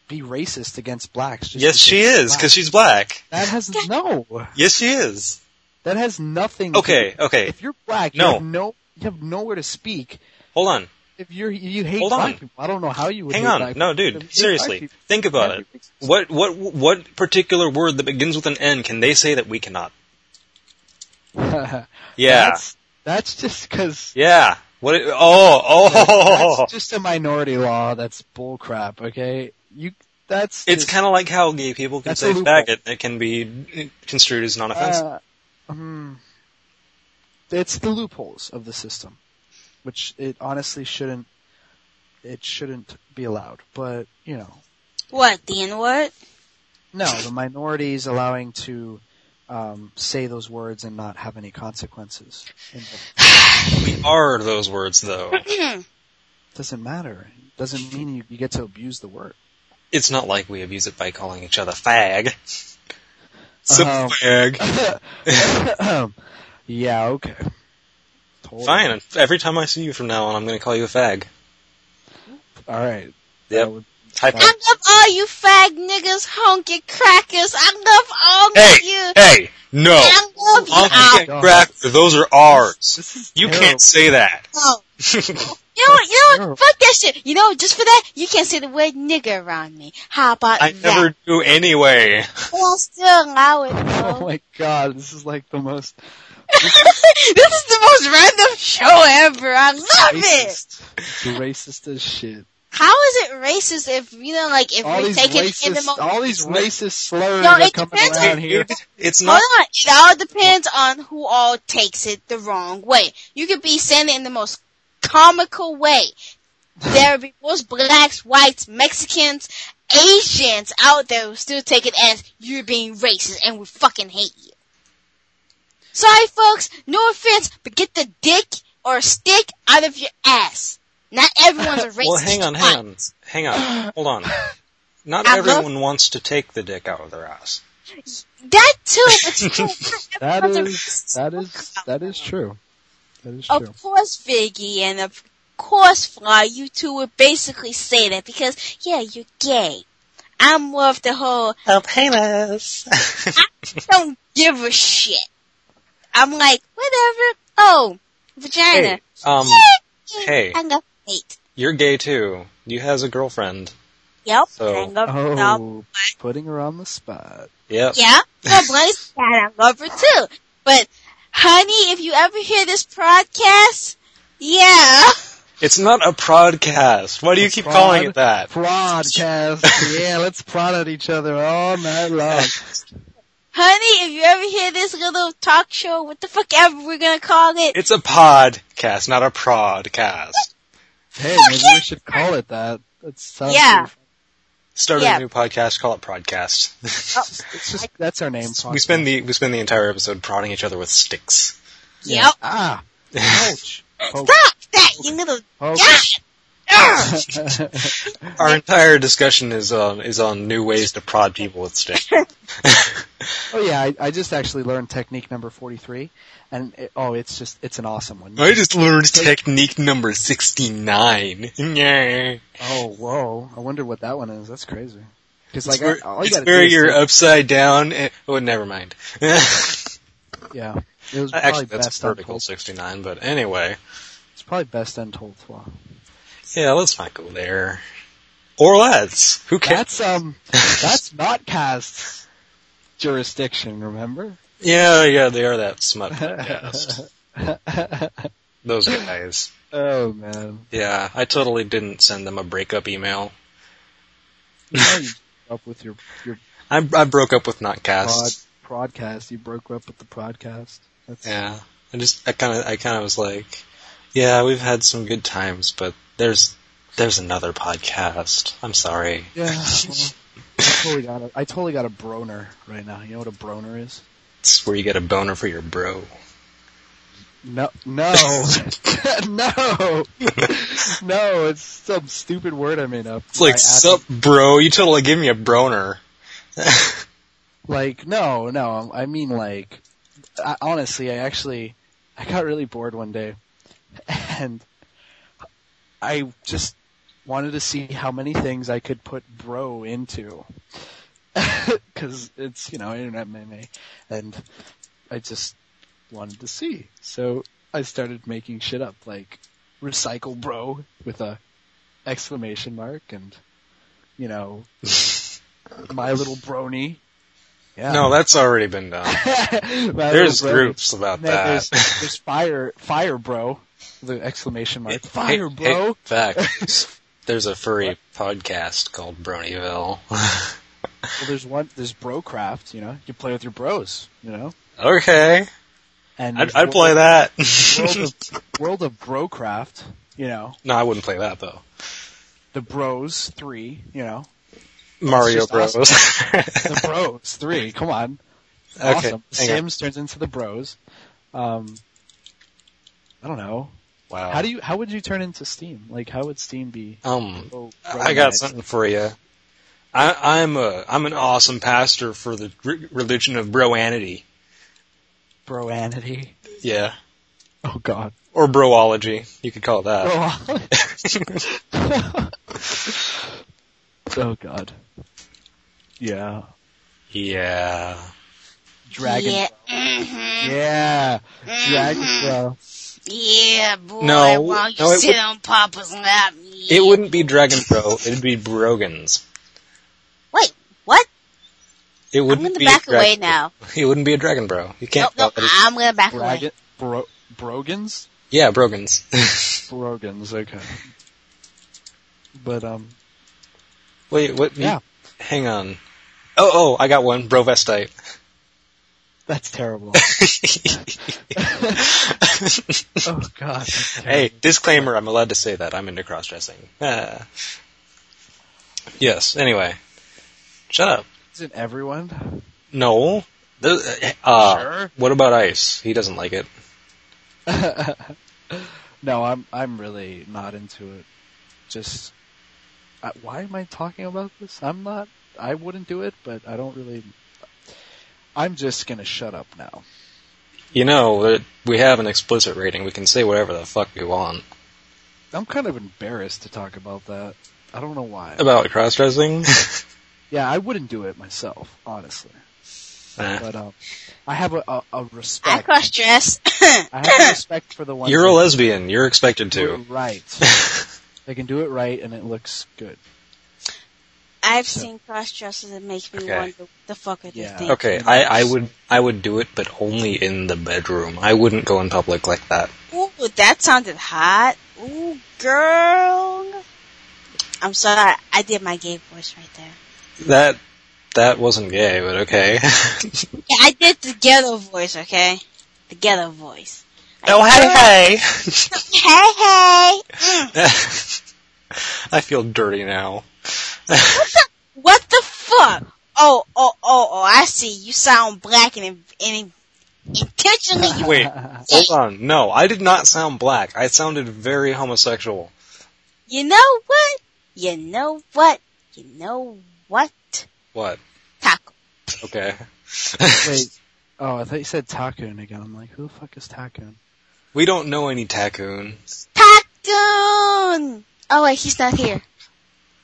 S3: be racist against blacks. Just
S1: Yes, she
S3: because
S1: is because she's black.
S3: black. that has no.
S1: Yes, she is.
S3: That has nothing. to
S1: Okay,
S3: do-
S1: okay.
S3: If you're black,
S1: No.
S3: you have no, you have nowhere to speak.
S1: Hold on.
S3: If you're, you hate
S1: Hold
S3: black
S1: on.
S3: people. I don't know how you would.
S1: Hang
S3: hate
S1: on.
S3: black
S1: No,
S3: people. If you hate
S1: dude.
S3: black
S1: Seriously,
S3: people,
S1: think about
S3: you
S1: it.
S3: can't be racist.
S1: What what what particular word that begins with an N can they say that we cannot? Yeah.
S3: That's, that's just because
S1: yeah. What? It, oh, oh.
S3: that's just a minority law. That's bullcrap. Okay, you. That's
S1: It's
S3: just-
S1: kind of like how gay people can
S3: That's
S1: say
S3: a loophole.
S1: faggot. It can be construed as non-offensive.
S3: Uh, hmm. it's the loopholes of the system, which it honestly shouldn't. It shouldn't be allowed, but you know,
S2: What, the N-word?
S3: no, the minorities allowing to um, say those words and not have any consequences. And it
S1: we are those words though.
S2: Hmm.
S3: doesn't matter. It doesn't mean you, you get to abuse the word.
S1: it's not like we abuse it by calling each other fag. Sup,
S3: Um,
S1: fag.
S3: yeah. Okay. Totally.
S1: Fine. Every time I see you from now on, I'm going to call you a fag.
S3: All right.
S1: Yep.
S3: That would-
S1: High
S2: I
S3: Uh-huh.
S1: five.
S2: love all you fag niggas, honky crackers. I love all of you.
S1: hey, no.
S2: I love you.
S1: Honky
S2: I
S1: and cracker, those are ours.
S3: Uh-huh. This is
S1: You
S3: terrible.
S1: can't say that.
S2: love You know, what- you know,
S3: Sure.
S2: what? fuck that shit. You know, just for that, you can't say the word nigger around me. How about
S1: I
S2: that?
S1: never do anyway.
S2: Well, still allow it,
S3: Oh
S2: though.
S3: my god, this is like the most
S2: this is the most random show ever. I love it.
S3: racist. racist as shit.
S2: How is it racist if, you know, like, if
S3: All
S2: we're
S3: these
S2: taking it in the
S3: racist,
S2: moment?
S3: all these racist slurs
S2: No,
S3: are
S2: it
S3: coming
S2: depends
S3: around
S2: on-
S3: here.
S1: It's not.
S2: Hold on. It all depends on who all takes it the wrong way. You could be saying it in the most comical way. There would be most blacks, whites, Mexicans, Asians out there who still take it as you're being racist and we fucking hate you. Sorry folks, no offense, but get the dick or stick out of your ass. Not everyone's a racist.
S1: Well, hang on, hang on, hang on. Hold on. Not
S2: I love-
S1: everyone wants to take the dick out of their ass.
S2: That too, but you know, not
S3: That
S2: everyone's a
S3: is
S2: racist.
S3: that is that is true. That is true.
S2: Of course, Viggy, and of course, Fly, you two would basically say that because, yeah, you're gay. I'm more of the whole,
S1: Oh, penis.
S2: don't give a shit. I'm like, whatever. Oh, vagina.
S1: hey, um, hey.
S2: I'm gonna wait.
S1: you're gay too. You has a girlfriend.
S2: Yep.
S1: So-
S2: I love her. No.
S3: Oh, putting her on the spot.
S1: Yep.
S2: Yeah. No, Blaze, I love her too. But, honey, if you ever hear this podcast, yeah.
S1: It's not a podcast. Why do you
S3: A
S1: keep
S3: prod-
S1: calling it that?
S3: Broadcast. yeah, let's prod at each other all night long.
S2: Honey, if you ever hear this little talk show, what the fuck ever we're gonna call it,
S1: It's a podcast, not a prodcast.
S3: Hey, maybe we should call it that. That sounds
S2: Yeah.
S3: pretty-
S1: Start
S2: Yeah.
S1: a new podcast, call it Prodcast.
S3: It's just that's our name.
S1: we spend the we spend the entire episode prodding each other with sticks.
S2: Yep.
S3: Ah. Ouch. Poke,
S2: Stop that, you little
S3: poke.
S2: god! Ugh.
S1: Our entire discussion is on is on new ways to prod people with sticks.
S3: Oh yeah, I, I just actually learned technique number forty-three, and it, oh, it's just it's an awesome one.
S1: I just learned technique number sixty nine. Yeah.
S3: Oh whoa, I wonder what that one is. That's crazy. Because like
S1: where,
S3: I, all you
S1: it's
S3: gotta
S1: where
S3: do is
S1: you're
S3: say-
S1: upside down. And, oh, never mind.
S3: yeah. It was probably
S1: Actually, that's
S3: best
S1: vertical
S3: untold.
S1: sixty nine. But anyway,
S3: It's probably best untold flaw.
S1: Yeah, let's not go there. Or let's. Who cares?
S3: That's um, that's not cast jurisdiction. Remember?
S1: yeah, yeah, they are that smut podcast. Those guys.
S3: Oh man,
S1: Yeah, I totally didn't send them a breakup email.
S3: Now you broke up with your your
S1: I, I broke up with Notcast.
S3: prod, broadcast. You broke up with the podcast. That's
S1: Yeah, I just I kind of I kind of was like, yeah, we've had some good times, but there's there's another podcast. I'm sorry.
S3: yeah. well, I totally got a, I totally got a broner right now. You know what a broner is?
S1: It's where you get a boner for your bro.
S3: No, no, no, no! It's some stupid word I made up.
S1: It's like,
S3: I
S1: sup, bro? You totally give me a broner.
S3: like no, no. I mean, like, I, honestly, I actually, I got really bored one day, and I just wanted to see how many things I could put "bro" into, because it's you know internet meme, and I just wanted to see. So I started making shit up, like "recycle bro" with a exclamation mark, and you know, my little brony. Yeah.
S1: No, that's already been done.
S3: My
S1: There's
S3: little brony.
S1: groups about
S3: And then
S1: that.
S3: There's, there's fire, fire bro, the exclamation mark.
S1: Hey,
S3: Fire
S1: hey,
S3: bro.
S1: fact. There's a furry podcast called Bronyville.
S3: Well, there's one, there's brocraft, you know, you play with your bros, you know?
S1: okay,
S3: And
S1: I'd,
S3: there's
S1: I'd play
S3: world-
S1: that.
S3: World of, world of brocraft, you know,
S1: no, I wouldn't play that though.
S3: the bros three, you know,
S1: Mario
S3: just
S1: Bros.
S3: the bros three, come on.
S1: Okay,
S3: awesome.
S1: hang on.
S3: Sims turns into the bros. Um, I don't know.
S1: Wow.
S3: How do you, how would you turn into Steam? Like, how would Steam be? Oh,
S1: Um,
S3: bro-
S1: I got
S3: bronized?
S1: something for you. I, I'm a I'm an awesome pastor for the re- religion of broanity.
S3: Broanity.
S1: Yeah,
S3: Oh god.
S1: or broology. You could call it that.
S3: Oh. Oh god. Yeah.
S1: yeah.
S3: Dragon.
S2: Yeah. Mm-hmm. hmm
S3: Yeah. Dragon Bro.
S2: Yeah, boy.
S1: No,
S2: while you
S1: no, it
S2: sit
S1: would-
S2: on Papa's lap. Yeah.
S1: It wouldn't be Dragon Bro. It'd be Brogans.
S2: Wait, what?
S1: It
S2: I'm
S1: wouldn't
S2: gonna
S1: be
S2: back
S1: Dragon-
S2: away now.
S1: It wouldn't be a Dragon Bro. You can't.
S2: nope,
S1: call it
S2: nope,
S1: a-
S2: I'm gonna back away.
S3: Dragon Bro Brogans?
S1: yeah, Brogans.
S3: Brogans, okay. But um
S1: Wait, what? you-
S3: Yeah.
S1: Hang on. Oh, oh, I got one. Brovestite.
S3: that's terrible. oh god. that's
S1: Hey,
S3: terrible.
S1: disclaimer, I'm allowed to say that. I'm into cross dressing. yes, anyway. Shut up.
S3: Isn't everyone?
S1: No. Th- Uh,
S3: Sure.
S1: What about Ice? He doesn't like it.
S3: No, I'm I'm really not into it. Just I, why am I talking about this? I'm not. I wouldn't do it, but I don't really. I'm just gonna shut up now.
S1: You know, that we have an explicit rating. We can say whatever the fuck we want.
S3: I'm kind of embarrassed to talk about that. I don't know why.
S1: About cross dressing?
S3: Yeah, I wouldn't do it myself, honestly.
S1: Eh.
S3: But um, I have a, a, a
S2: I
S3: respect.
S2: cross dress.
S3: I have respect for the ones
S1: You're
S3: that
S1: a lesbian. You're expected
S3: do
S1: to.
S3: it right. they can do it right, and it looks good.
S2: I've seen cross dresses that makes me
S1: Okay.
S2: wonder what the fuck are they
S3: Yeah.
S2: thinking.
S1: Okay, I, I would I would do it, but only in the bedroom. I wouldn't go in public like that.
S2: Ooh, that sounded hot. Ooh, girl. I'm sorry, I did my gay voice right there.
S1: That that wasn't gay, but okay.
S2: Yeah, I did the ghetto voice, okay? The ghetto voice.
S1: oh hey
S2: Hey, hey! Mm,
S1: hey! I feel dirty now.
S2: what the fuck? Oh, oh, oh, oh, I see. You sound black and, and intentionally you
S1: Wait, hold on. No, I did not sound black. I sounded very homosexual.
S2: You know what? You know what? You know what?
S1: What?
S2: Taco.
S1: Okay.
S3: Wait. Oh, I thought you said Tacoon again. I'm like, who the fuck is Tacoon?
S1: We don't know any Tacoon.
S2: Tacoon! Oh wait, he's not here.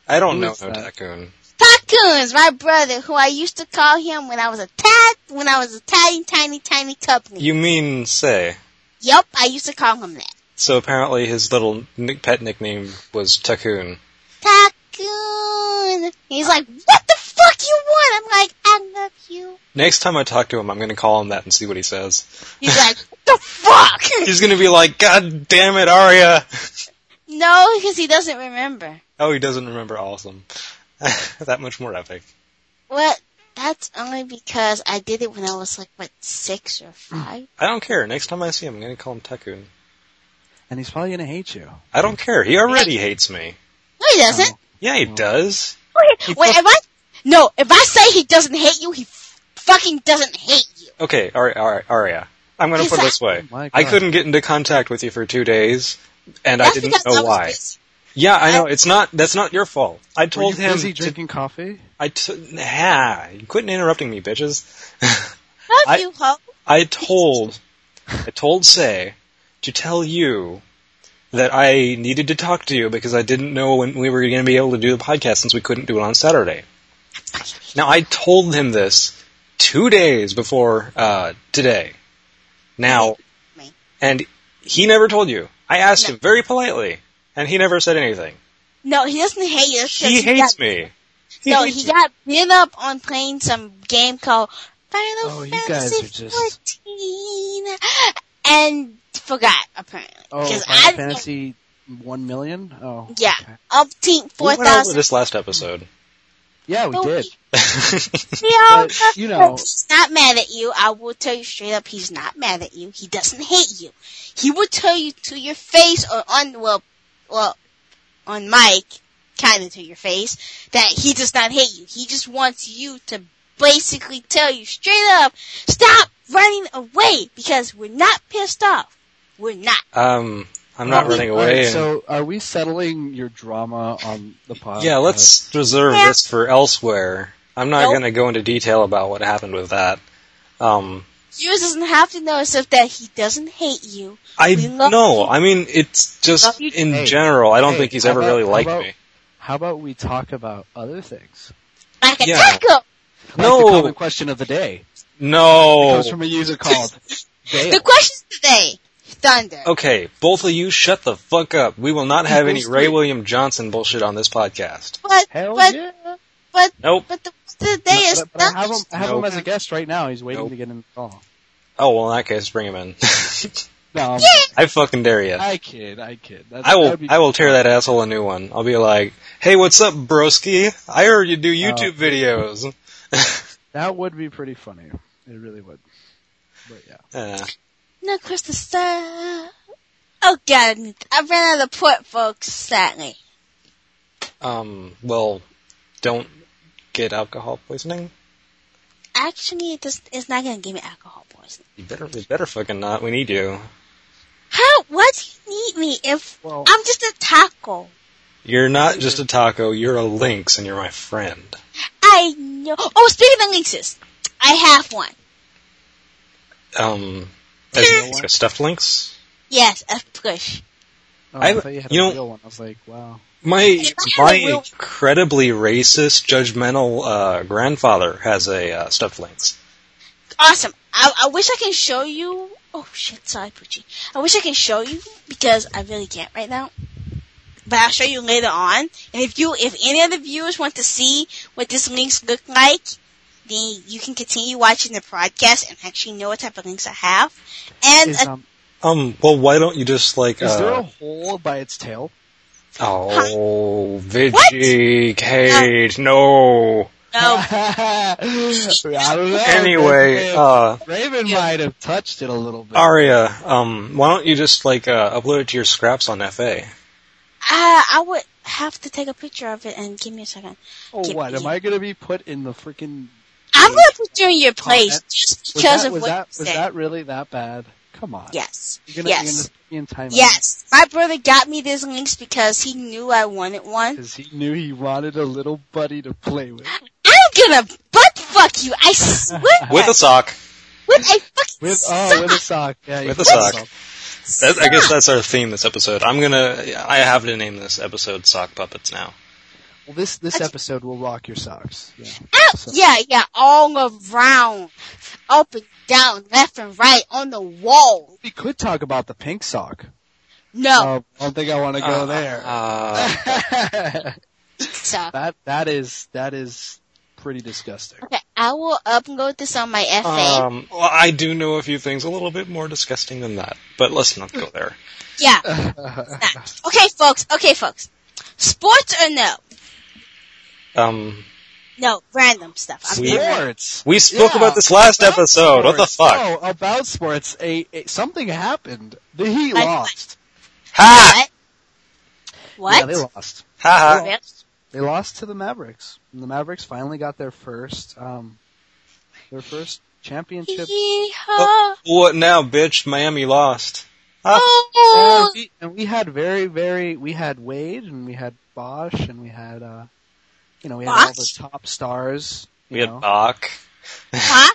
S1: I don't
S3: Who
S1: know
S3: is
S1: no
S3: that?
S1: Tacoon.
S2: Tacoon is my brother who I used to call him when I was a tad, when I was a tiny, tiny, tiny company.
S1: You mean say?
S2: Yup, I used to call him that.
S1: So apparently his little nick- pet nickname was Takun.
S2: Takun. He's like, what the fuck you want? I'm like, I love you.
S1: Next time I talk to him, I'm going to call him that and see what he says.
S2: He's like, what the fuck?
S1: He's going to be like, God damn it, Arya!
S2: no, because he doesn't remember.
S1: Oh, he doesn't remember. Awesome. that much more epic.
S2: Well, that's only because I did it when I was like, what, six or five?
S1: I don't care. Next time I see him, I'm going to call him Takun.
S3: and he's probably gonna hate you.
S1: I don't care. He already hates me.
S2: No, he doesn't.
S3: Oh.
S1: Yeah, he does.
S2: Wait, wait, if I, no, if I say he doesn't hate you, he f- fucking doesn't hate you.
S1: Okay, Arya. Arya, Arya. I'm going to
S2: He's
S1: put it
S2: a-
S1: this way.
S3: Oh my
S1: I
S3: God.
S1: couldn't get into contact with you for two days, and I didn't know why.
S2: busy.
S1: Yeah, I know. It's not. That's not your fault. I
S3: Were you
S1: told him.
S3: busy
S1: to-
S3: drinking coffee?
S1: I t- nah, you quit interrupting me, bitches.
S2: Love
S1: I-
S2: you, ho.
S1: I told, I told Say to tell you that I needed to talk to you because I didn't know when we were going to be able to do the podcast since we couldn't do it on Saturday. Now I told him this two days before uh, today. Now,
S2: Me.
S1: and he never told you. I asked
S2: No.
S1: him very politely, and he never said anything.
S2: No, he doesn't hate you. It's
S1: He
S2: just
S1: hates
S2: got-
S1: me. He
S2: No,
S1: hates
S2: he
S1: me.
S2: got beat up on playing some game called Final
S3: Oh, you guys
S2: Fantasy
S3: are just-
S2: 14 and forgot apparently.
S3: Oh, Final
S2: I
S3: Fantasy one million? Oh,
S2: yeah,
S3: okay.
S2: up to
S1: we went over
S2: 4,000.
S1: this last episode.
S3: yeah, we
S2: But
S3: did.
S2: we- we all
S3: But,
S2: know
S3: you know-
S2: he's not mad at you. I will tell you straight up, he's not mad at you. He doesn't hate you. He will tell you to your face or on well, well, on mic, kind of to your face, that he does not hate you. He just wants you to basically tell you straight up, stop running away because we're not pissed off. We're not.
S1: Um, I'm not
S3: Alright,
S1: running
S3: alright,
S1: away. and-
S3: so, are we settling your drama on the podcast?
S1: yeah, let's reserve
S2: Yeah.
S1: this for elsewhere. I'm not
S2: Nope.
S1: going to go into detail about what happened with that. Um,
S2: You doesn't have to know except that he doesn't hate you.
S1: I
S2: We love
S1: no,
S2: you.
S1: I mean it's just
S2: Love you.
S1: in
S3: Hey,
S1: general. I don't
S3: hey,
S1: think he's
S3: how
S1: ever
S3: about-
S1: really
S3: how
S1: liked
S3: about-
S1: me.
S3: How about we talk about other things?
S2: Like a
S1: Yeah.
S2: taco.
S3: Like
S1: No.
S3: the common question of the day
S1: No.
S3: comes from a user called Dale.
S2: The question today, Thunder.
S1: Okay, both of you shut the fuck up. We will not have any
S3: Equals
S1: Ray
S3: three.
S1: William Johnson bullshit on this podcast.
S2: But,
S3: Hell
S2: but,
S3: yeah!
S2: but,
S1: Nope.
S2: but the, the day
S3: No,
S2: is
S3: but, but I have him. I have him
S1: Nope.
S3: as a guest right now. He's waiting
S1: Nope.
S3: to get in the call.
S1: Oh, well in that case, bring him in.
S3: No, I'm,
S1: I fucking dare you.
S3: I kid. I kid. That's,
S1: I will
S3: that'd be-
S1: I will tear that asshole a new one. I'll be like, "Hey, what's up, broski? I heard you do
S3: Oh.
S1: YouTube videos."
S3: That would be pretty funny. It really would. But yeah.
S1: Eh.
S2: No, Chris, the star. Oh god, I ran out of port, folks, sadly.
S1: Um, well, don't get alcohol poisoning.
S2: Actually, it just, it's not gonna give me alcohol poisoning.
S1: You better, you better fucking not. We need you.
S2: How, why do you need me if
S3: Well-
S2: I'm just a taco?
S1: You're not just a taco. You're a lynx, and you're my friend.
S2: I know. Oh, speaking of lynxes, I have one.
S1: Um, as you know, like a stuffed lynx.
S2: Yes, a push.
S3: Oh,
S1: I-
S3: I, thought you had
S1: you
S3: a
S1: know-
S3: real one. I was like, wow.
S1: My my
S2: I will-
S1: incredibly racist, judgmental uh, grandfather has a uh, stuffed lynx.
S2: Awesome. I, I wish I can show you. Oh shit, sorry, Poochie. I wish I can show you because I really can't right now. But I'll show you later on. And if you, if any of the viewers want to see what this links look like, then you can continue watching the podcast and actually know what type of links I have. And uh,
S3: Is,
S2: a,
S3: um,
S1: Um, well, why don't you just like?
S3: is there a
S1: Uh,
S3: hole by its tail?
S1: oh, Vigi, Kate, no.
S2: no,
S3: I don't know.
S1: Anyway,
S3: Raven-
S1: uh.
S3: Raven might have touched it a little bit.
S1: Aria, um, why don't you just like uh, upload it to your scraps on FA?
S2: I, I would have to take a picture of it and give me a second.
S3: oh, what? Am I going to be put in the freaking?
S2: I'm gonna put you in your place
S3: Oh, that-
S2: just
S3: Was
S2: because
S3: that,
S2: of
S3: was
S2: what
S3: that,
S2: you
S3: was
S2: said.
S3: that really that bad? Come on.
S2: yes.
S3: You're gonna,
S2: yes.
S3: You're gonna put me in time.
S2: Yes, my brother got me this links because he knew I wanted one.
S3: Because he knew he wanted a little buddy to play with.
S2: I'm gonna butt fuck you. I swear.
S1: With a sock.
S2: with a fucking
S3: With
S2: sock.
S3: oh, with a sock. Yeah, you
S1: With a
S3: put
S1: sock. That, I guess that's our theme this episode. I'm gonna, I have to name this episode Sock Puppets now.
S3: Well, this this
S2: Okay.
S3: episode will rock your socks. Yeah.
S2: Ow!
S3: So-
S2: Yeah, yeah, all around, up and down, left and right, on the wall.
S3: We could talk about the pink sock.
S2: No.
S3: Oh, I don't think I want to go
S1: Uh,
S3: there.
S1: Uh,
S3: Oh.
S2: so,
S3: that that is that is pretty disgusting.
S2: okay, I will upload this on my FA.
S3: Oh.
S1: um, well, I do know a few things a little bit more disgusting than that, but let's not go there.
S2: yeah.
S3: I
S2: Okay, folks. Okay, folks. Sports or no?
S1: Um,
S2: No, random stuff. I'm
S1: We-
S2: being random.
S3: sports.
S1: we spoke
S3: Yeah. Oh.
S1: about this last
S3: About
S1: episode. What the
S3: sports.
S1: fuck?
S3: No, about sports. A, a- something happened. The Heat
S2: Like
S3: lost.
S1: Ha!
S2: What? What?
S3: Yeah, they lost.
S1: Ha ha.
S2: Really?
S3: They lost to the Mavericks. And the Mavericks finally got their first um their first championship.
S2: Yeehaw.
S1: What now, bitch? Miami lost. Ha.
S3: And
S2: Oh,
S3: we, and we had very, very, we had Wade and we had Bosch and we had, uh, you know, we had all the
S2: Bosch?
S3: top stars.
S1: We
S3: you
S1: had
S3: know.
S1: Bach.
S2: huh?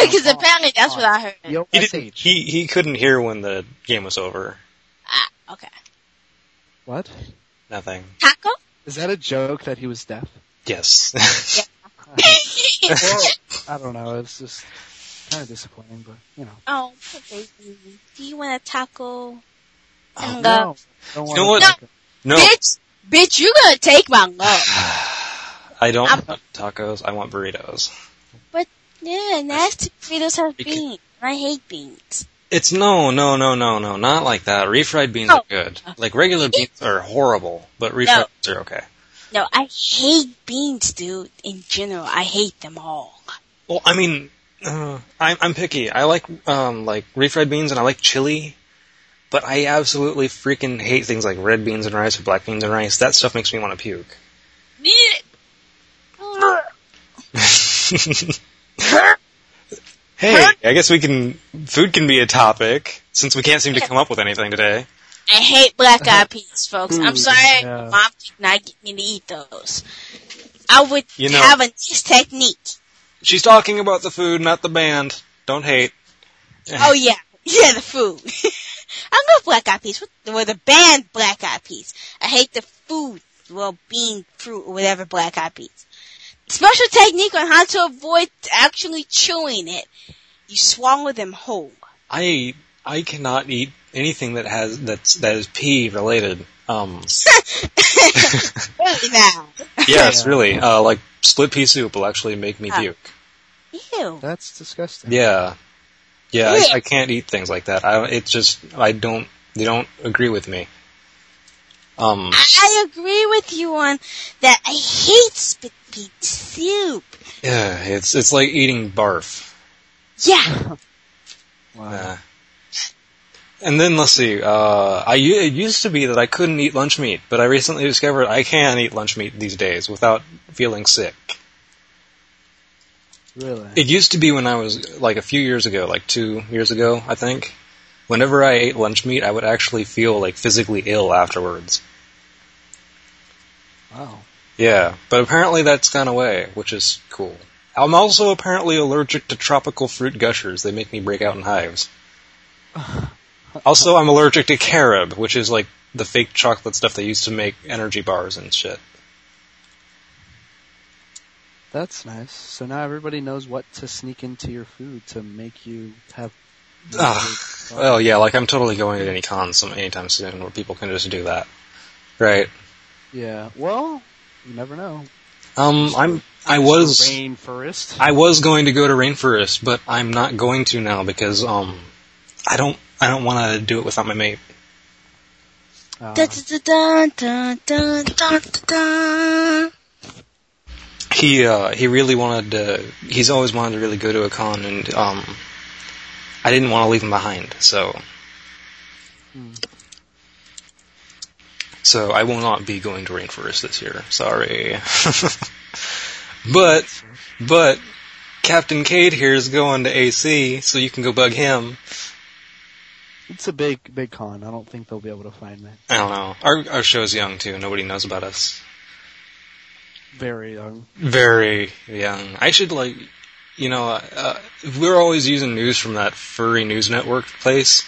S2: Because apparently that's what I heard.
S3: Yo,
S1: He,
S3: SH.
S1: didn't, he he couldn't hear when the game was over.
S2: Ah, okay.
S3: What?
S1: Nothing.
S2: Taco?
S3: Is that a joke that he was deaf?
S1: Yes.
S3: Well, I don't know. It's just kind of disappointing, but you know.
S2: oh, poor baby. Do you want a taco? And
S3: Oh, No,
S2: love.
S3: don't
S1: You
S3: wanna
S1: know what?
S3: talk-
S1: no,
S2: Bitch, bitch, you gonna take my love.
S1: I don't
S2: I'm-
S1: want tacos. I want burritos.
S2: Yeah, nasty potatoes have
S1: Because-
S2: beans. I hate beans.
S1: It's no, no, no, no, no, not like that. Refried beans
S2: Oh.
S1: are good. Like regular beans are horrible, but refried
S2: No.
S1: beans are okay.
S2: No, I hate beans, dude. In general, I hate them all.
S1: Well, I mean, uh, I'm, I'm picky. I like um, like refried beans and I like chili, but I absolutely freaking hate things like red beans and rice or black beans and rice. That stuff makes me want to puke. hey, I guess we can. Food can be a topic since we can't seem to come up with anything today.
S2: I hate black eyed peas, folks. I'm
S3: Ooh,
S2: sorry,
S3: yeah.
S2: mom did not get me to eat those. I would
S1: You know-
S2: have a nice technique.
S1: She's talking about the food, not the band. Don't hate.
S2: Oh yeah, yeah, the food. I love black eyed peas. What- Well, the band black eyed peas. I hate the food. Well, bean, fruit, or whatever black eyed peas. Special technique on how to avoid actually chewing it. You swallow them whole.
S1: I I cannot eat anything that has that's that is pea related. Um,
S2: Really now.
S1: yes,
S3: Yeah.
S1: really. Uh, like split pea soup will actually make me
S2: Ah.
S1: puke.
S2: Ew.
S3: That's disgusting.
S1: Yeah, yeah.
S2: Yeah.
S1: I, I can't eat things like that. I it just I don't they don't agree with me. Um,
S2: I agree with you on that. I hate spit pea soup.
S1: yeah, it's it's like eating barf.
S2: Yeah.
S3: Wow.
S1: Uh, and then let's see. Uh, I u- it used to be that I couldn't eat lunch meat, but I recently discovered I can eat lunch meat these days without feeling sick.
S3: Really?
S1: It used to be when I was like a few years ago, like two years ago, I think. Whenever I ate lunch meat, I would actually feel like physically ill afterwards.
S3: Wow.
S1: Yeah, but apparently that's gone away, which is cool. I'm also apparently allergic to tropical fruit gushers. They make me break out in hives. Also, I'm allergic to carob, which is like the fake chocolate stuff they used to make energy bars and shit.
S3: That's nice. So now everybody knows what to sneak into your food to make you have.
S1: Ugh. Ah, Well, yeah, like I'm totally going to any cons some anytime soon where people can just do that. Right.
S3: Yeah. Well, you never know.
S1: Um, I'm, I was,
S3: rainforest.
S1: I was going to go to Rainforest, but I'm not going to now because um I don't I don't want to do it without my mate.
S3: Uh,
S2: Dun, dun, dun, dun, dun, dun.
S1: He uh he really wanted to he's always wanted to really go to a con and um I didn't want to leave him behind. So
S3: Hmm.
S1: so I will not be going to Rainforest this year. Sorry. but but Captain Cade here is going to AC, so you can go bug him.
S3: it's a big, big con. I don't think they'll be able to find me.
S1: I don't know. Our our show's young too. Nobody knows about us.
S3: Very um, young.
S1: very young. I should like, you know, uh, we're always using news from that furry news network place.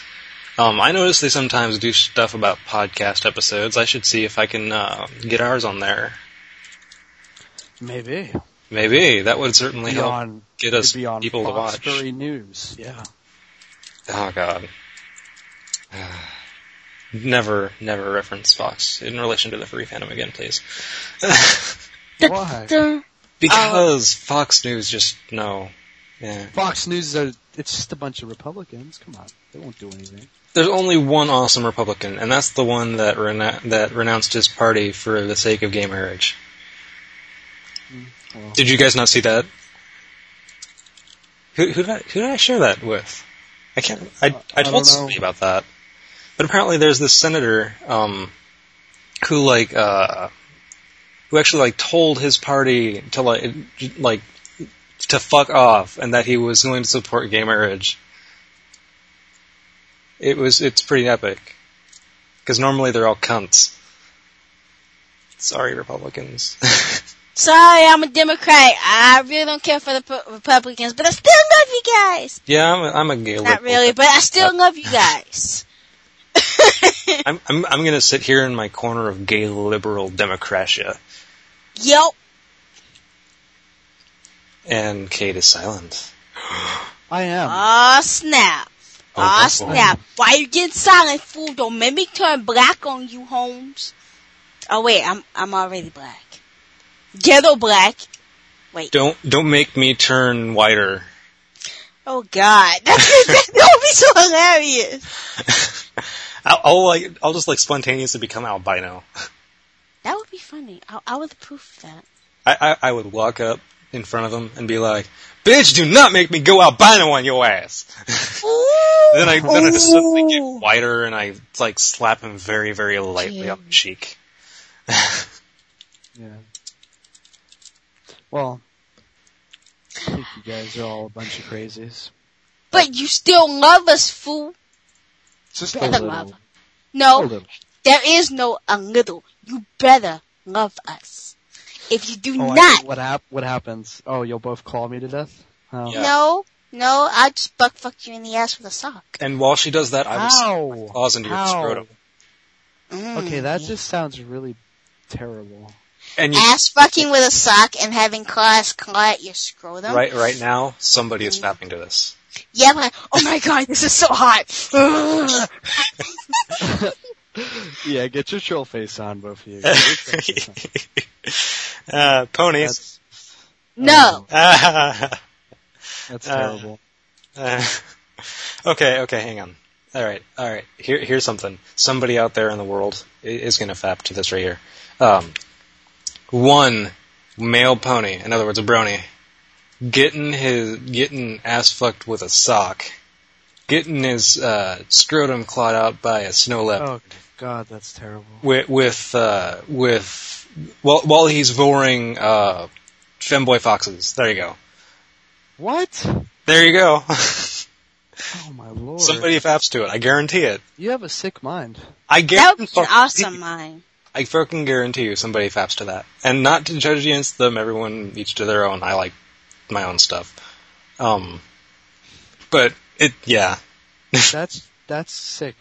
S1: Um, I notice they sometimes do stuff about podcast episodes. I should see if I can uh, get ours on there.
S3: Maybe.
S1: Maybe that would certainly
S3: Be
S1: help
S3: on,
S1: get us
S3: be on
S1: people to watch.
S3: Foxbury News. Yeah.
S1: Oh God. never, never reference Fox in relation to the Free Phantom again, please.
S3: Why?
S2: Dun.
S1: because Fox News just no. Yeah.
S3: Fox News are it's just a bunch of Republicans. Come on, they won't do anything.
S1: There's only one awesome Republican, and that's the one that rena- that renounced his party for the sake of gay marriage.
S3: Mm, Well,
S1: Did you guys not see that? Who, who, did, I, who did I share that with? I can't. I, I
S3: Uh, I don't know.
S1: told somebody about that, but apparently there's this senator um, who like uh, who actually like told his party to like like to fuck off, and that he was going to support gay marriage. It was it's pretty epic because normally they're all cunts. Sorry, Republicans.
S2: Sorry, I'm a Democrat. I really don't care for the P- Republicans, but I still love you guys.
S1: yeah, I'm a, I'm a gay.
S2: Not
S1: liberal.
S2: really, but I still love you guys.
S1: I'm I'm I'm gonna sit here in my corner of gay liberal democratia,
S2: Yup.
S1: and Kate is silent.
S3: I am.
S2: Aw, snap.
S1: Oh,
S2: Aw,
S1: that's all.
S2: snap. Why you getting silent, fool? Don't make me turn black on you, Holmes. Oh, wait, I'm, I'm already black. Ghetto black.
S1: Don't don't make me turn whiter.
S2: Oh, God. that would be so hilarious.
S1: I'll, I'll like I'll just like spontaneously become albino.
S2: That would be funny. I, I would approve of that.
S1: I, I I would walk up in front of him and be like, "Bitch, do not make me go albino on your ass."
S2: Ooh.
S1: then I then I just suddenly get
S2: Ooh.
S1: whiter and I like slap him very very lightly on the cheek.
S3: Yeah. Well, I think you guys are all a bunch of crazies.
S2: But you still love us, fool.
S3: Just a
S2: Better
S3: little.
S2: love.
S3: A
S2: No,
S1: Oh,
S3: little.
S2: there is no a little. You better love us. If you do
S3: Oh, I-
S2: not,
S3: what hap- What happens? Oh, you'll both claw me to death. Oh.
S1: Yeah.
S2: no, no, I'll just buck fuck you in the ass with a sock.
S1: And while she does that, I will stick
S3: Ow.
S1: my claws into your
S3: Ow.
S1: scrotum.
S2: Mm.
S3: Okay, that just sounds really terrible.
S1: And you,
S2: Ass fucking with a sock and having claws claw at your scrotum.
S1: right right now, somebody is fapping to this.
S2: Yeah, but oh my god, this is so hot. Ugh.
S3: Yeah, get your troll face on, both of you.
S1: uh, ponies.
S3: that's
S2: no,
S1: Ah,
S3: that's
S1: Uh,
S3: terrible.
S1: uh, okay, okay, hang on. All right, all right. Here, here's something. Somebody out there in the world i- is going to fap to this right here. Um, one male pony, in other words, a brony, getting his getting ass fucked with a sock, getting his uh, scrotum clawed out by a snow leopard.
S3: Oh God, that's terrible.
S1: with with uh, with while while he's voring uh, femboy foxes. There you go.
S3: What?
S1: There you go.
S3: Oh my lord!
S1: Somebody faps to it. I guarantee it.
S3: you have a sick mind.
S1: I
S2: that would
S1: guarantee.
S2: be an awesome line.
S1: I fucking guarantee you somebody faps to that. And not to judge against them. Everyone each to their own. I like my own stuff. Um, but it yeah.
S3: That's that's sick.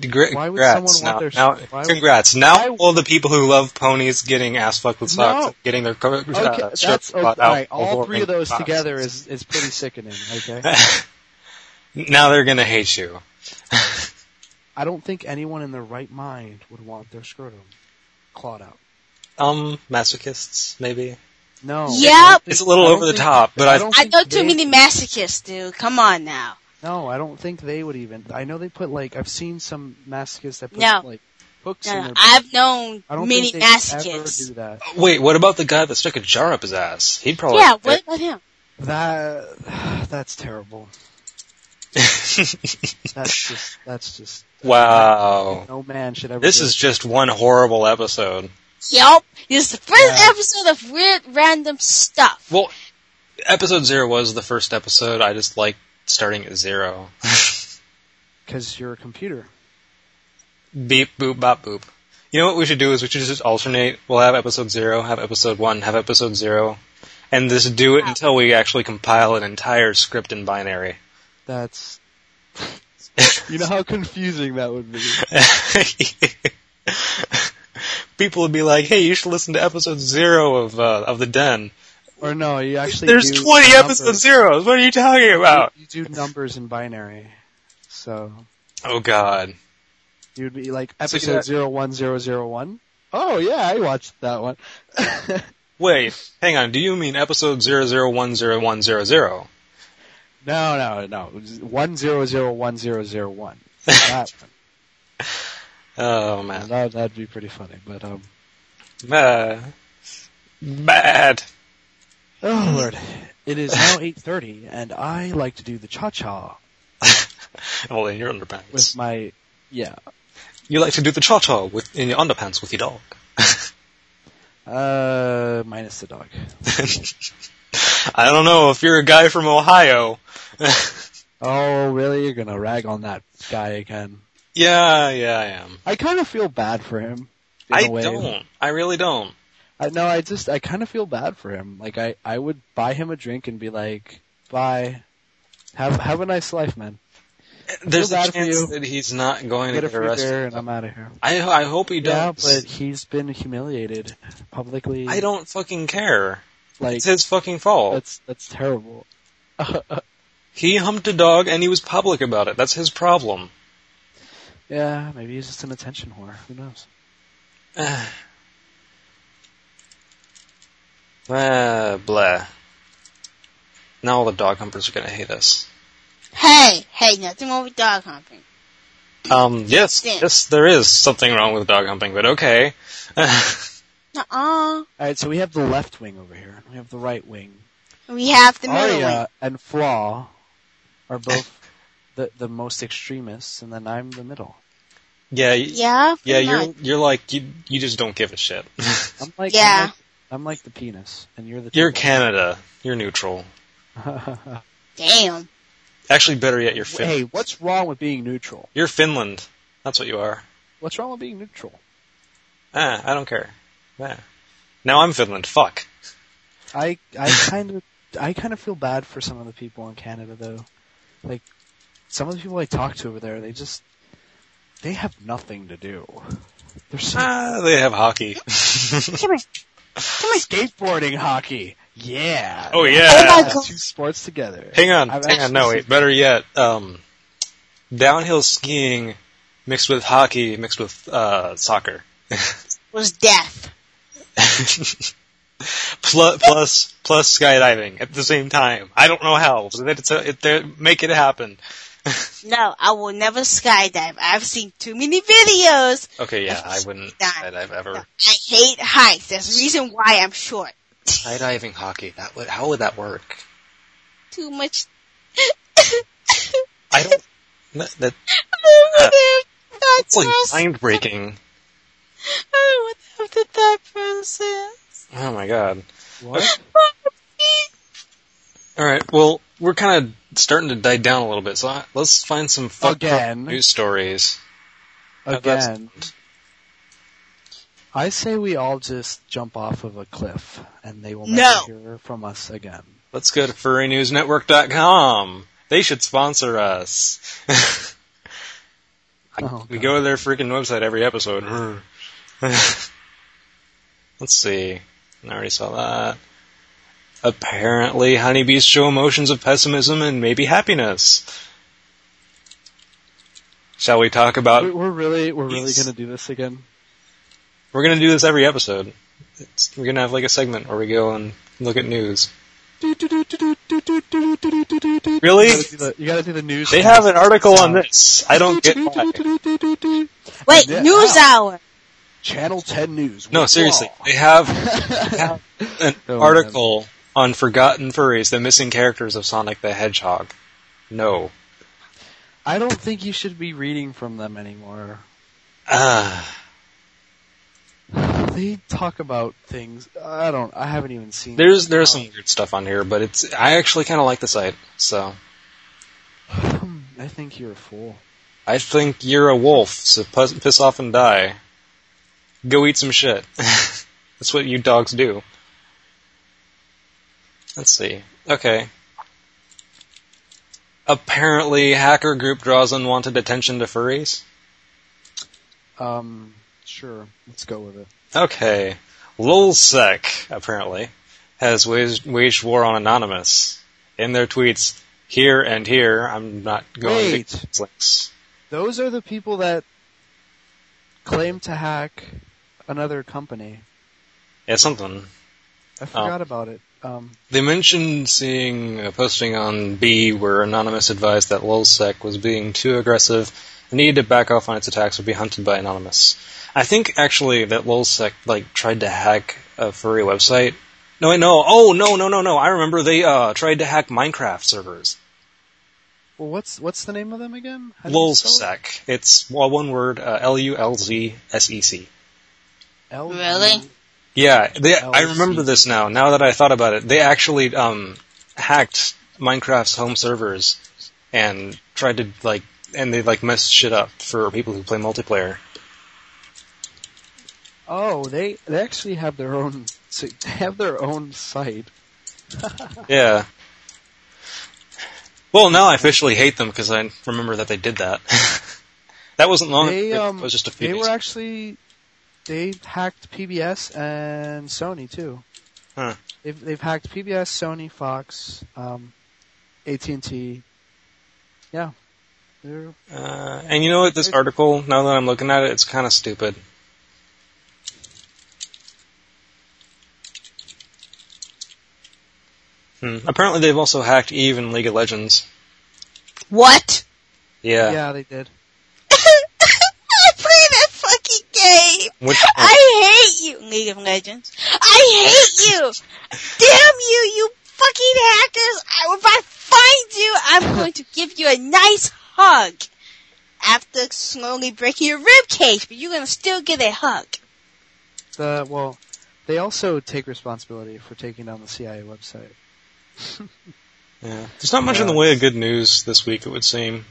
S1: Gra-
S3: Why would
S1: congrats.
S3: someone want
S1: now,
S3: their-
S1: now-
S3: why would-
S1: congrats. Now
S3: why-
S1: all the people who love ponies getting ass fucked with socks,
S3: No.
S1: and getting their co-
S3: Okay,
S1: uh,
S3: that's
S1: strips
S3: okay.
S1: bought
S3: All,
S1: out
S3: right, all
S1: before
S3: three of those
S1: foxes.
S3: together is is pretty sickening. Okay,
S1: now they're gonna hate you.
S3: I don't think anyone in their right mind would want their scrotum clawed out.
S1: Um, masochists, maybe.
S3: No.
S2: Yep.
S3: I don't think-
S1: It's a little
S3: I don't
S1: over the
S3: think-
S1: top, but I-
S3: don't
S2: I
S3: think
S2: know too
S3: they-
S2: many masochists, dude. Come on now.
S3: No, I don't think they would even. I know they put like I've seen some masochists that put
S2: No.
S3: like hooks
S2: No,
S3: in
S2: no,
S3: their.
S2: I've known
S3: I don't
S2: many
S3: think they ever
S2: masochists.
S3: do that.
S1: Wait, what about the guy that stuck a jar up his ass? He'd
S3: Oh,
S1: probably
S2: Yeah, what about him?
S3: That that's terrible. That's just that's just
S1: wow.
S3: no man should ever.
S1: This
S3: do
S1: is
S3: that.
S1: just one horrible episode.
S2: Yup. This is the first
S3: Yeah.
S2: episode of Weird Random Stuff.
S1: Well, episode zero was the first episode. I just like starting at zero.
S3: because you're a computer.
S1: Beep, boop, bop, boop. You know what we should do is we should just alternate. We'll have episode zero, have episode one, have episode zero, and just do it until we actually compile an entire script in binary.
S3: That's you know how confusing that would be.
S1: People would be like, "Hey, you should listen to episode zero of uh, of the Den."
S3: Or no, you actually
S1: There's
S3: do
S1: 20
S3: numbers.
S1: episode zeros. What are you talking about?
S3: You do numbers in binary, so
S1: Oh God.
S3: You would be like
S1: So you
S3: episode
S1: got-
S3: zero one zero zero one. Oh yeah, I watched that one.
S1: Wait, hang on. Do you mean episode zero zero one zero one zero zero?
S3: No, no, no. One zero zero one zero zero one. That one.
S1: Oh
S3: Now,
S1: man,
S3: That that'd be pretty funny. But um,
S1: uh, bad.
S3: oh lord, it is now eight thirty, and I like to do the cha cha
S1: Well, in your
S3: with
S1: underpants.
S3: my yeah.
S1: You like to do the cha cha with in your underpants with your dog.
S3: Uh, minus the dog.
S1: I don't know if you're a guy from Ohio.
S3: Oh really? You're gonna rag on that guy again?
S1: yeah, yeah, I am.
S3: I kind of feel bad for him. in
S1: I
S3: a way.
S1: don't. I really don't.
S3: I, no, I just I kind of feel bad for him. Like I I would buy him a drink and be like, bye. Have have a nice life, man.
S1: There's a
S3: bad for
S1: chance
S3: you.
S1: that he's not going to
S3: Get a
S1: get
S3: free beer
S1: arrested.
S3: and I'm out of here.
S1: I I hope he
S3: Yeah,
S1: does.
S3: but he's been humiliated publicly.
S1: I don't fucking care.
S3: like.
S1: It's his fucking fault.
S3: That's that's terrible.
S1: He humped a dog and he was public about it. That's his problem.
S3: Yeah, maybe he's just an attention whore. Who knows?
S1: Ah, uh, blah. Now all the dog humpers are gonna hate us.
S2: Hey, hey, nothing wrong with dog humping.
S1: Um, yes,
S2: Yeah.
S1: yes, there is something wrong with dog humping, but okay.
S2: Nuh-uh.
S3: All right, so we have the left wing over here. and We have the right wing.
S2: We have the middle
S3: Arya
S2: one.
S3: and Flaw are both the the most extremists, and then I'm the middle.
S1: yeah, y-
S2: Yeah,
S1: yeah,
S2: pretty
S1: you're
S2: much.
S1: you're like you you just don't give a shit.
S3: I'm like
S2: Yeah.
S3: I'm like, I'm like the penis, and you're the
S1: you're
S3: tip.
S1: Canada. You're neutral.
S2: Damn.
S1: Actually, better yet, you're Fin.
S3: hey, what's wrong with being neutral?
S1: You're Finland. That's what you are.
S3: What's wrong with being neutral?
S1: Ah, I don't care. Ah. Now I'm Finland. Fuck.
S3: I I kind of I kind of feel bad for some of the people in Canada though. Like some of the people I talk to over there, they just they have nothing to do. They're so
S1: Ah, they have hockey.
S3: skateboarding hockey. Yeah.
S1: oh yeah.
S2: Oh my
S3: Add
S2: God.
S3: Two sports together.
S1: Hang on,
S3: I've
S1: hang on.
S3: actually
S1: No,
S3: seen-
S1: wait. Better yet, um, downhill skiing mixed with hockey mixed with uh, soccer.
S2: Was death.
S1: plus, plus, plus skydiving at the same time. I don't know how. So that it's a, it, they're- make it happen.
S2: No, I will never skydive. I've seen too many videos.
S1: Okay, yeah, I wouldn't skydive ever.
S2: I hate heights. That's the reason why I'm short.
S1: Skydiving hockey. That would how would that work?
S2: Too much.
S1: I don't. That, that, that's
S2: That's
S1: like mind breaking.
S2: I would have the thought process.
S1: Oh my god.
S3: What?
S1: All right. Well, we're kind of starting to die down a little bit, so I, let's find some fucked up
S3: Again.
S1: news stories. that's-
S3: Again. I say we all just jump off of a cliff and they will
S2: No.
S3: never hear from us again.
S1: Let's go to furrynewsnetwork.com. They should sponsor us. I-
S3: Oh,
S1: we
S3: God.
S1: go to their freaking website every episode. Let's see. I already saw that. Apparently, honeybees show emotions of pessimism and maybe happiness. Shall we talk about?
S3: We- We're really we're really
S1: Yes.
S3: gonna do this again.
S1: We're gonna do this every episode. It's, we're gonna have like a segment where we go and look at news. Really?
S3: You gotta do the, you gotta do the news.
S1: They have an article on this. I don't get why.
S2: Wait,
S3: Yeah.
S2: news hour.
S3: Channel 10 News.
S1: No,
S3: with
S1: seriously.
S3: Law.
S1: They have an article on Forgotten Furries, the missing characters of Sonic the Hedgehog. No.
S3: I don't think you should be reading from them anymore.
S1: Ah.
S3: They talk about things. I don't. I haven't even seen.
S1: There's there's some weird stuff on here, but it's I actually kind of like the site. So
S3: I think you're a fool.
S1: I think you're a wolf, so pus- piss off and die. Go eat some shit. That's what you dogs do. Let's see. Okay. Apparently, hacker group draws unwanted attention to furries.
S3: Um, sure. Let's go with it.
S1: Okay. LulzSec, apparently, has waged, waged war on Anonymous. In their tweets, here and here, I'm not going
S3: Wait.
S1: to these links.
S3: Those are the people that claim to hack another company.
S1: Yeah, something.
S3: I forgot about it. Um,
S1: They mentioned seeing a posting on B where Anonymous advised that LulzSec was being too aggressive and needed to back off on its attacks or be hunted by Anonymous. I think actually that LulzSec like tried to hack a furry website. No, wait, no, oh no, no, no, no! I remember they uh, tried to hack Minecraft servers.
S3: well, what's what's the name of them again? How do you spell it?
S1: LulzSec. It's well, one word: uh, L U L Z S E C.
S3: L- E
S2: Really?
S1: Yeah, they, I
S3: LC.
S1: remember this now. Now that I thought about it, they actually um, hacked Minecraft's home servers and tried to like, and they like messed shit up for people who play multiplayer.
S3: Oh, they they actually have their own they have their own site.
S1: Yeah. Well, now I officially hate them because I remember that they did that. that wasn't long.
S3: They
S1: ago.
S3: um
S1: it was just a few.
S3: they
S1: days.
S3: were actually they hacked PBS and Sony too.
S1: Huh.
S3: They've they've hacked PBS, Sony, Fox, um, AT and T. Yeah, they're
S1: uh, and you know what? This article, now that I'm looking at it, it's kind of stupid. Hmm. Apparently, they've also hacked Eve and League of Legends.
S2: What?
S1: Yeah.
S3: yeah they did.
S2: I play that fucking game.
S1: Which
S2: I hate you, League of Legends. I hate you. Damn you, you fucking hackers. I, if I find you, I'm going to give you a nice hug after slowly breaking your rib cage, but you're going to still get a hug.
S3: The well, they also take responsibility for taking down the CIA website.
S1: yeah. There's not much in the
S3: Yeah.
S1: way of good news this week, it would seem.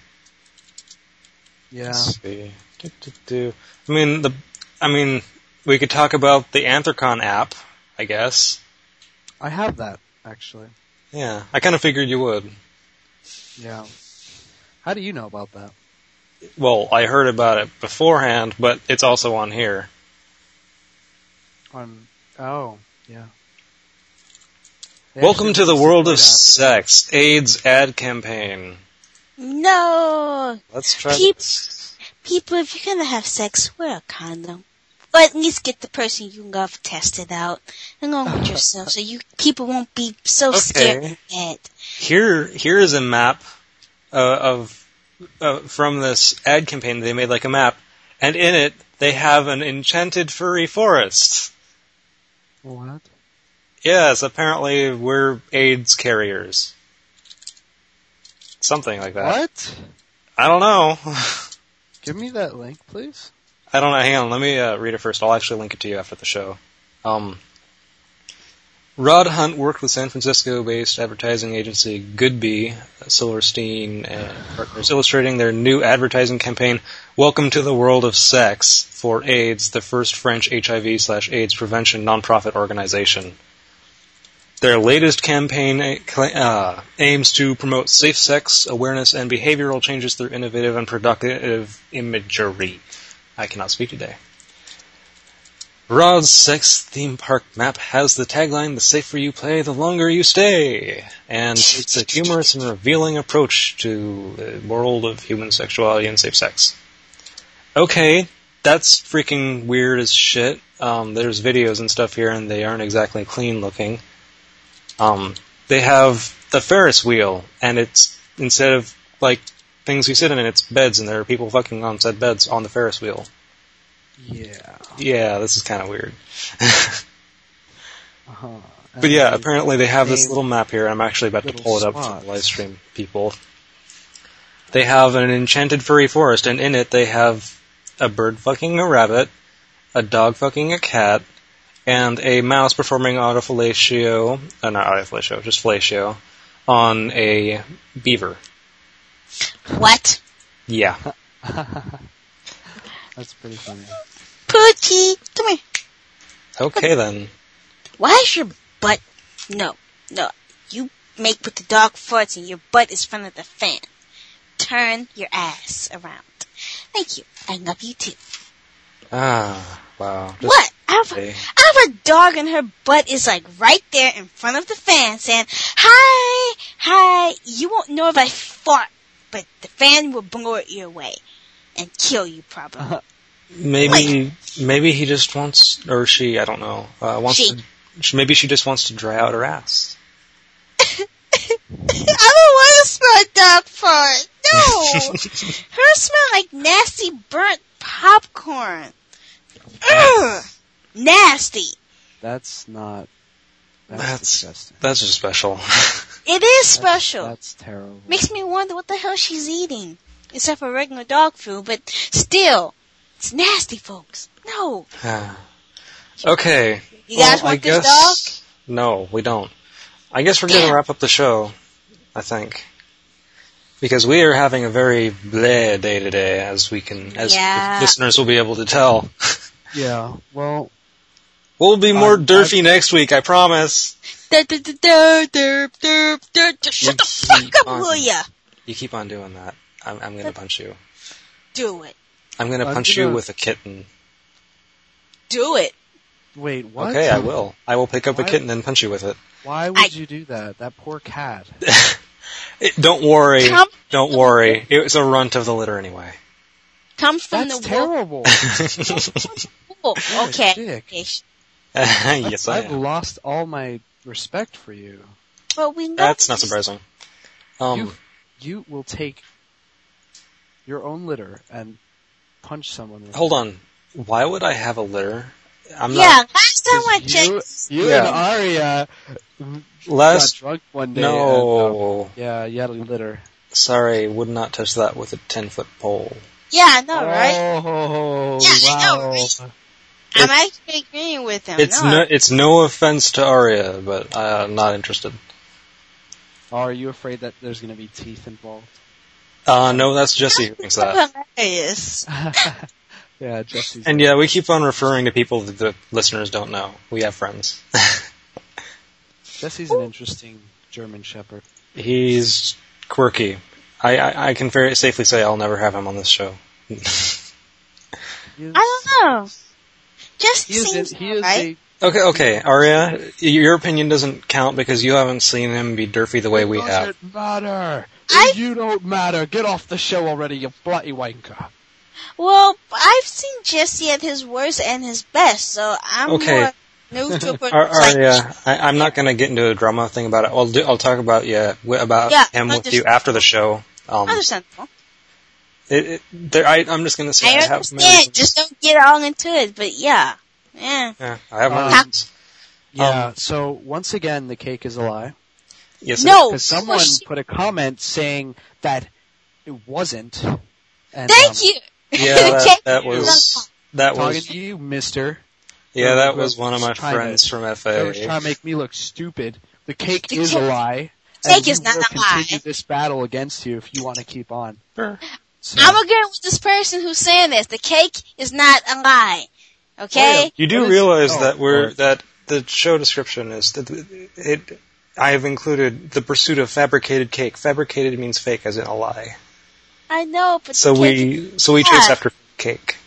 S3: Yeah,
S1: Let's see. Do, do, do. I mean, the, I mean, we could talk about the Anthrocon app, I guess.
S3: I have that actually.
S1: Yeah. I kind of figured you would.
S3: Yeah. How do you know about that?
S1: Well, I heard about it beforehand, but it's also on here.
S3: On oh yeah. They
S1: Welcome to
S3: actually
S1: the
S3: released a
S1: world
S3: good
S1: of
S3: app.
S1: sex AIDS ad campaign.
S2: No.
S1: Let's try
S2: Peep.
S1: this.
S2: People, if you're going to have sex, wear a condom. Or at least get the person you love tested out along with yourself so you people won't be so scared
S1: Okay.
S2: of it.
S1: Here, here is a map uh, of uh, from this ad campaign. They made like a map, and in it they have an enchanted furry forest.
S3: What?
S1: Yes, apparently we're AIDS carriers. Something like that.
S3: What?
S1: I don't know.
S3: Give me that link, please.
S1: I don't know. Hang on. Let me uh, read it first. I'll actually link it to you after the show. Um, Rod Hunt worked with San Francisco-based advertising agency Goodby, Silverstein, and partners, illustrating their new advertising campaign, "Welcome to the World of Sex" for AIDS, the first French HIV/AIDS prevention nonprofit organization. Their latest campaign a- cla- uh, aims to promote safe sex awareness and behavioral changes through innovative and productive imagery. I cannot speak today. Rod's sex theme park map has the tagline The safer you play, the longer you stay, and takes a humorous and revealing approach to the world of human sexuality and safe sex. Okay, that's freaking weird as shit. Um, there's videos and stuff here, and they aren't exactly clean looking. Um, they have the Ferris wheel, and it's instead of like things you sit in, it's beds, and there are people fucking on said beds on the Ferris wheel.
S3: Yeah.
S1: Yeah, this is kind of weird.
S3: Uh-huh.
S1: But yeah, apparently they have this little map here. I'm actually about to
S3: Little
S1: pull it up for
S3: spots.
S1: the live stream people. They have an enchanted furry forest, and in it they have a bird fucking a rabbit, a dog fucking a cat, and a mouse performing autofellatio, uh, not autofellatio, just fellatio, on a beaver.
S2: What?
S1: Yeah.
S3: That's pretty funny.
S2: Poochie, come here.
S1: Okay then.
S2: Why is your butt? No, no. You make with the dog farts and your butt is in front of the fan. Turn your ass around. Thank you. I love you too.
S1: Ah, wow. Just
S2: what? I have,
S1: say-
S2: I have a dog and her butt is like right there in front of the fan saying, hi, hi. You won't know if I fart, but the fan will blow it your way. and kill you probably.
S1: Maybe maybe he just wants or she I don't know uh, wants
S2: She.
S1: to. she- Maybe she just wants to dry out her ass.
S2: I don't want to smell dog fart. No, hers smell like nasty burnt popcorn. Ugh, nasty.
S3: That's not. That's,
S1: That's-
S3: disgusting.
S1: That's just special.
S2: It is
S3: That's-
S2: special.
S3: That's terrible.
S2: Makes me wonder what the hell she's eating, except for regular dog food. But still, it's nasty, folks. No,
S1: okay.
S2: you guys
S1: well,
S2: want
S1: Oh, I
S2: this dog?
S1: guess, No, we don't. I guess we're going
S2: Damn.
S1: to wrap up the show, I think. Because we are having a very bleh day today, as we can, as
S2: Yeah.
S1: the listeners will be able to tell.
S3: Yeah. Well,
S1: We'll be more
S3: Um,
S1: derpy next week, I promise.
S2: Da, da, da, da, derp, derp, derp, derp. Shut the
S1: Yes,
S2: fuck up,
S1: um,
S2: will ya?
S1: You keep on doing that. I'm, I'm gonna punch you.
S2: Do it.
S1: I'm gonna
S3: I'm
S1: punch you
S3: gonna-
S1: with a kitten.
S2: Do it.
S3: wait. What?
S1: Okay, I will. I will pick up a
S3: Why-
S1: kitten and punch you with it.
S3: Why would
S2: I-
S3: you do that? That poor cat.
S1: It- don't worry.
S2: Come,
S1: Don't worry. It was a runt of the litter anyway.
S2: come from
S3: That's
S2: the
S3: terrible.
S2: wolf. Okay.
S3: Dick.
S2: Okay, sh-
S1: yes, I
S3: I've
S1: am.
S3: lost all my respect for you.
S2: But we know
S1: That's not surprising. Um,
S3: you, you will take your own litter and punch someone. With
S1: Hold on. Why would I have a litter? I'm
S2: Yeah, last time I
S3: it. You,
S2: checked,
S3: you
S1: Yeah.
S3: and Arya
S1: not less.
S3: got drunk one day. and, uh,
S1: No,
S3: yeah, you had a litter.
S1: sorry, would not touch that with a ten foot pole.
S2: yeah, I know,
S1: Uh,
S2: right?
S3: Oh,
S2: Yeah, I know,
S3: wow. Oh,
S2: I'm actually agreeing with him.
S1: It's
S2: no,
S1: no, it's no offense to Arya, but uh, not interested.
S3: Are you afraid that there's going to be teeth involved?
S1: Uh, no, that's Jesse who thinks that.
S2: hilarious.
S3: yeah, Jesse's.
S1: And yeah, we keep on referring to people that the listeners don't know. We have friends.
S3: Jesse's an interesting German Shepherd.
S1: He's quirky. I, I, I can very safely say I'll never have him on this show.
S3: He is,
S2: I don't know. Just
S3: he is,
S2: seems
S3: in- he is
S2: right.
S1: Okay, okay, Arya, your opinion doesn't count because you haven't seen him be derpy the way
S3: a.
S1: we have.
S3: doesn't matter.
S2: I-
S3: You don't matter. Get off the show already, you bloody wanker.
S2: Well, I've seen Jesse at his worst and his best, so I'm
S1: Okay. uh,
S2: more neutral. but
S1: Ar-
S2: it's like,
S1: Arya, I, I'm not going to get into a drama thing about it. I'll do, I'll talk about yeah wi- about
S2: Yeah,
S1: him with you
S2: understand.
S1: after the show. Um,
S2: Understandable.
S1: it, it, there, I, I'm just going to say
S2: I
S1: have my
S2: understand.
S1: reasons.
S2: Just don't get all into it. But yeah, yeah.
S1: yeah, I have my
S3: Um,
S1: reasons.
S3: Yeah.
S1: Um,
S3: so once again, the cake is a lie
S1: Yes, it
S2: No.
S3: because
S1: is.
S3: someone
S2: well, she-
S3: put a comment saying that it wasn't. And, um,
S2: Thank you.
S1: Yeah,
S2: The
S1: that,
S2: cake
S1: that
S2: is
S1: was that
S3: Talking
S1: was
S3: to you, Mister.
S1: yeah, that
S3: who
S1: was one of my
S3: was trying to-
S1: friends from
S3: That was
S1: FA.
S3: trying to make me look stupid. The cake
S2: The
S3: is
S2: cake-
S3: a lie.
S2: cake
S3: and we
S2: is not
S3: will
S2: a lie.
S3: Continue this battle against you if you want to keep on.
S1: Sure.
S3: So,
S2: I'm agreeing with this person who's saying this. The cake is not a lie. Okay?
S1: You do
S3: What is-
S1: realize
S3: oh,
S1: that we're
S3: Lord.
S1: that the show description is that it. I have included the pursuit of fabricated cake. Fabricated means fake, as in a lie.
S2: I know, but
S1: So
S2: the cake,
S1: we so we chase
S2: Yeah.
S1: after cake.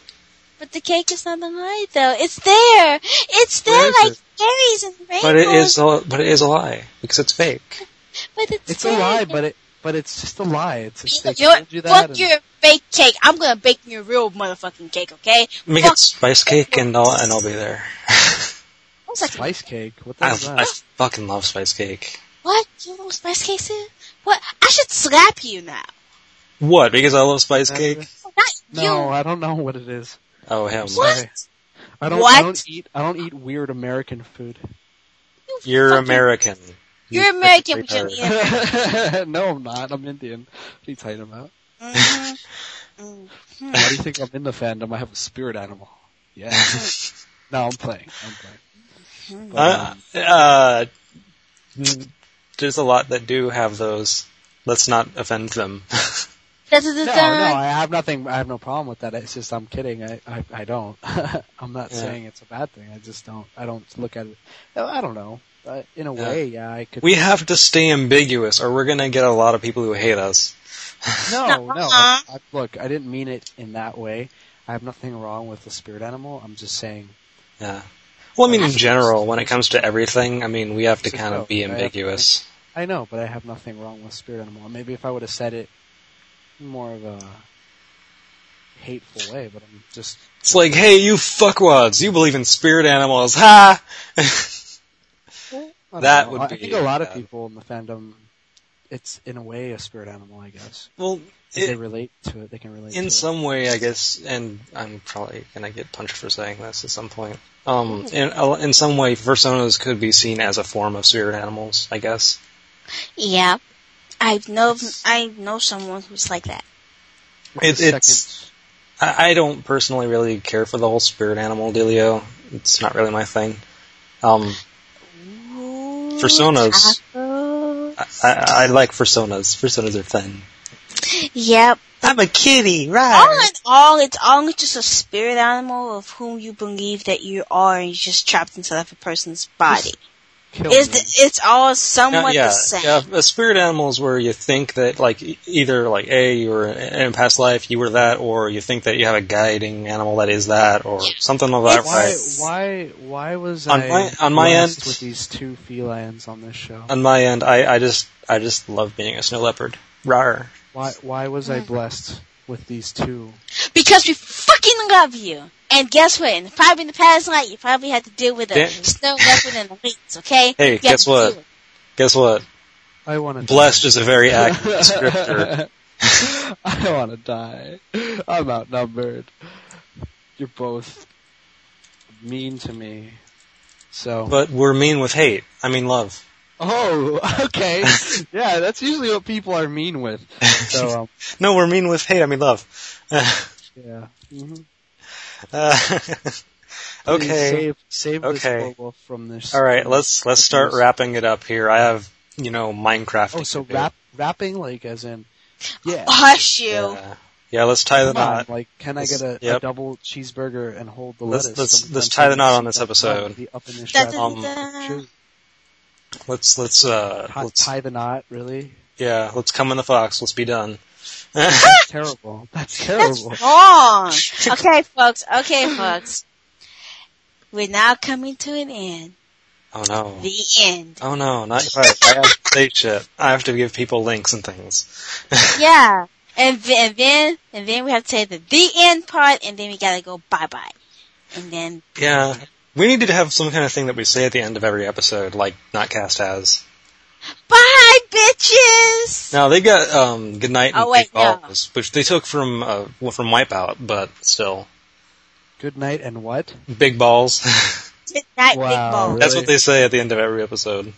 S2: but the cake is not a lie though. It's there. It's there
S1: Where is
S2: like
S1: it?
S2: berries and rainbows.
S1: But it is a but it is a lie because it's fake.
S2: but it's,
S3: It's a
S2: there.
S3: lie, but it but it's just a lie. It's just they
S2: You know
S3: told
S2: what?
S3: you that.
S2: Fuck
S3: and-
S2: your baked cake. I'm gonna bake you a real motherfucking cake, okay?
S1: Make
S2: Fuck.
S1: it spice cake and I'll and I'll be there.
S2: I was like,
S3: Spice cake. What the
S1: I,
S3: hell is
S1: I
S3: that?
S1: fucking love spice cake.
S2: what? You know what spice cake is? What? I should slap you now.
S1: What? Because I love spice
S3: Uh,
S1: cake.
S2: Not
S3: No,
S2: you.
S3: I don't know what it is.
S1: Oh him.
S2: What?
S3: Sorry. I don't.
S2: What?
S3: I don't eat. I don't eat weird American food.
S2: You
S1: You're
S2: fucking- mm,
S1: American. You
S2: You're American, but
S1: freaking
S2: you're
S1: retard.
S2: Indian.
S3: no, I'm not. I'm Indian. What are you talking about?
S2: Mhm. Mm.
S3: Why do you think I'm in the fandom? I have a spirit animal. Yeah. no, I'm playing. I'm
S2: Hmm.
S3: playing. But,
S1: Uh,
S3: um,
S1: uh, mm, there's a lot that do have those. Let's not offend them.
S2: Da, da, da,
S3: no, no,
S2: da.
S3: I have nothing. I have no problem with that. It's just I'm kidding. I, I, I don't. I'm not
S1: Yeah.
S3: saying it's a bad thing. I just don't. I don't look at it. No, I don't know. Uh, in a
S1: Yeah.
S3: way, yeah, I could.
S1: we have to stay ambiguous, or we're gonna get a lot of people who hate us.
S3: No, no.
S2: Uh-uh.
S3: I, look, I didn't mean it in that way. I have nothing wrong with the spirit animal. I'm just saying.
S1: Yeah. Well, I mean, in general, when it comes to everything, I mean, we have to kind of be
S3: I have to
S1: ambiguous.
S3: I know, but I have nothing wrong with spirit animal. Maybe if I would have said it more of a hateful way, but I'm just
S1: It's like, hey, you fuckwads, you believe in spirit animals, ha!
S3: I don't
S1: That
S3: know.
S1: would
S3: I
S1: be-
S3: think a lot of
S1: yeah.
S3: people in the fandom, it's in a way a spirit animal, I guess.
S1: well,
S3: If they
S1: it,
S3: relate to it, they can relate. to
S1: in
S3: it.
S1: some way, I guess, and I'm probably gonna get punched for saying this at some point. Um, in, in some way, personas could be seen as a form of spirit animals, I guess.
S2: Yeah. I know I know someone who's like that.
S1: It,
S3: The
S1: it's,
S3: second-
S1: I, I don't personally really care for the whole spirit animal dealio. It's not really my thing. Um,
S2: Mm,
S1: Personas.
S2: Tacos.
S1: I, I, I like personas. Personas are fun.
S2: Yep.
S1: I'm a kitty,
S2: All
S1: right?
S2: in all, it's all just a spirit animal of whom you believe that you are, and you're just trapped inside of a person's body.
S3: Kill
S2: It's
S3: them.
S2: the, it's all somewhat
S1: yeah,
S2: the same.
S1: yeah. A spirit animal is where you think that, like, e- either like a you were in a past life you were that, or you think that you have a guiding animal that is that, or something like that.
S3: Why?
S1: Right?
S2: It's-
S3: Why? Why was
S1: On
S3: I
S1: my- on my
S3: blessed
S1: end-
S3: with these two felines on this show?
S1: On my end, I, I just I just love being a snow leopard. Rar.
S3: Why? Why was I blessed with these two?
S2: Because we fucking love you. And guess what? In the, probably in the past night, you probably had to deal with a
S1: Yeah.
S2: snow leopard and the weights, okay?
S1: Hey,
S2: You had
S1: guess
S2: to
S1: what?
S2: deal with
S1: Guess what?
S3: I want to
S1: Blessed is a very accurate descriptor.
S3: I want to die. I'm outnumbered. You're both mean to me. So.
S1: But we're mean with hate. I mean love.
S3: oh, okay. yeah, that's usually what people are mean with. So, um,
S1: No, we're mean with hate. I mean love.
S3: yeah. Mhm.
S1: Uh,
S3: Please
S1: okay.
S3: Save, save
S1: Okay.
S3: this werewolf from this.
S1: All right. Let's let's start wrapping it up here. I have you know Minecraft.
S3: Oh, so rap, rapping like as in. Yeah.
S2: it. Hush you.
S1: Yeah. Yeah, let's tie the
S3: Come on,
S1: knot.
S3: like, can I
S1: Let's-
S3: get a, a
S1: yep.
S3: double cheeseburger and hold the
S1: Let's-
S3: lettuce?
S1: let's-
S3: Sometimes
S1: let's tie the knot
S3: I
S1: on this
S3: see that
S1: episode.
S3: probably Up in this
S2: Da, da,
S1: Um,
S2: da.
S3: Sure.
S1: Let's let's uh
S3: Tie,
S1: let's
S3: tie the knot, really?
S1: yeah let's come in the fox. Let's be done. Oh,
S3: That's terrible. That's
S2: That's
S3: terrible.
S2: wrong. okay, folks. Okay, folks. We're now coming to an end.
S1: Oh no.
S2: The end.
S1: Oh no, not quite. I have to say shit. I have to give people links and things.
S2: Yeah. And then, and then, and then we have to say the the end part, and then we gotta go bye bye. And then,
S1: Yeah. We needed to have some kind of thing that we say at the end of every episode, like Notcast has.
S2: bye bitches!
S1: Now they got um Goodnight and
S2: Oh, wait,
S1: Big
S2: no.
S1: Balls, which they took from uh well, from Wipeout, but still.
S3: Good night and what?
S1: Big balls.
S2: Good night, Big
S3: Wow,
S2: Ball.
S1: That's
S3: Really?
S1: what they say at the end of every episode.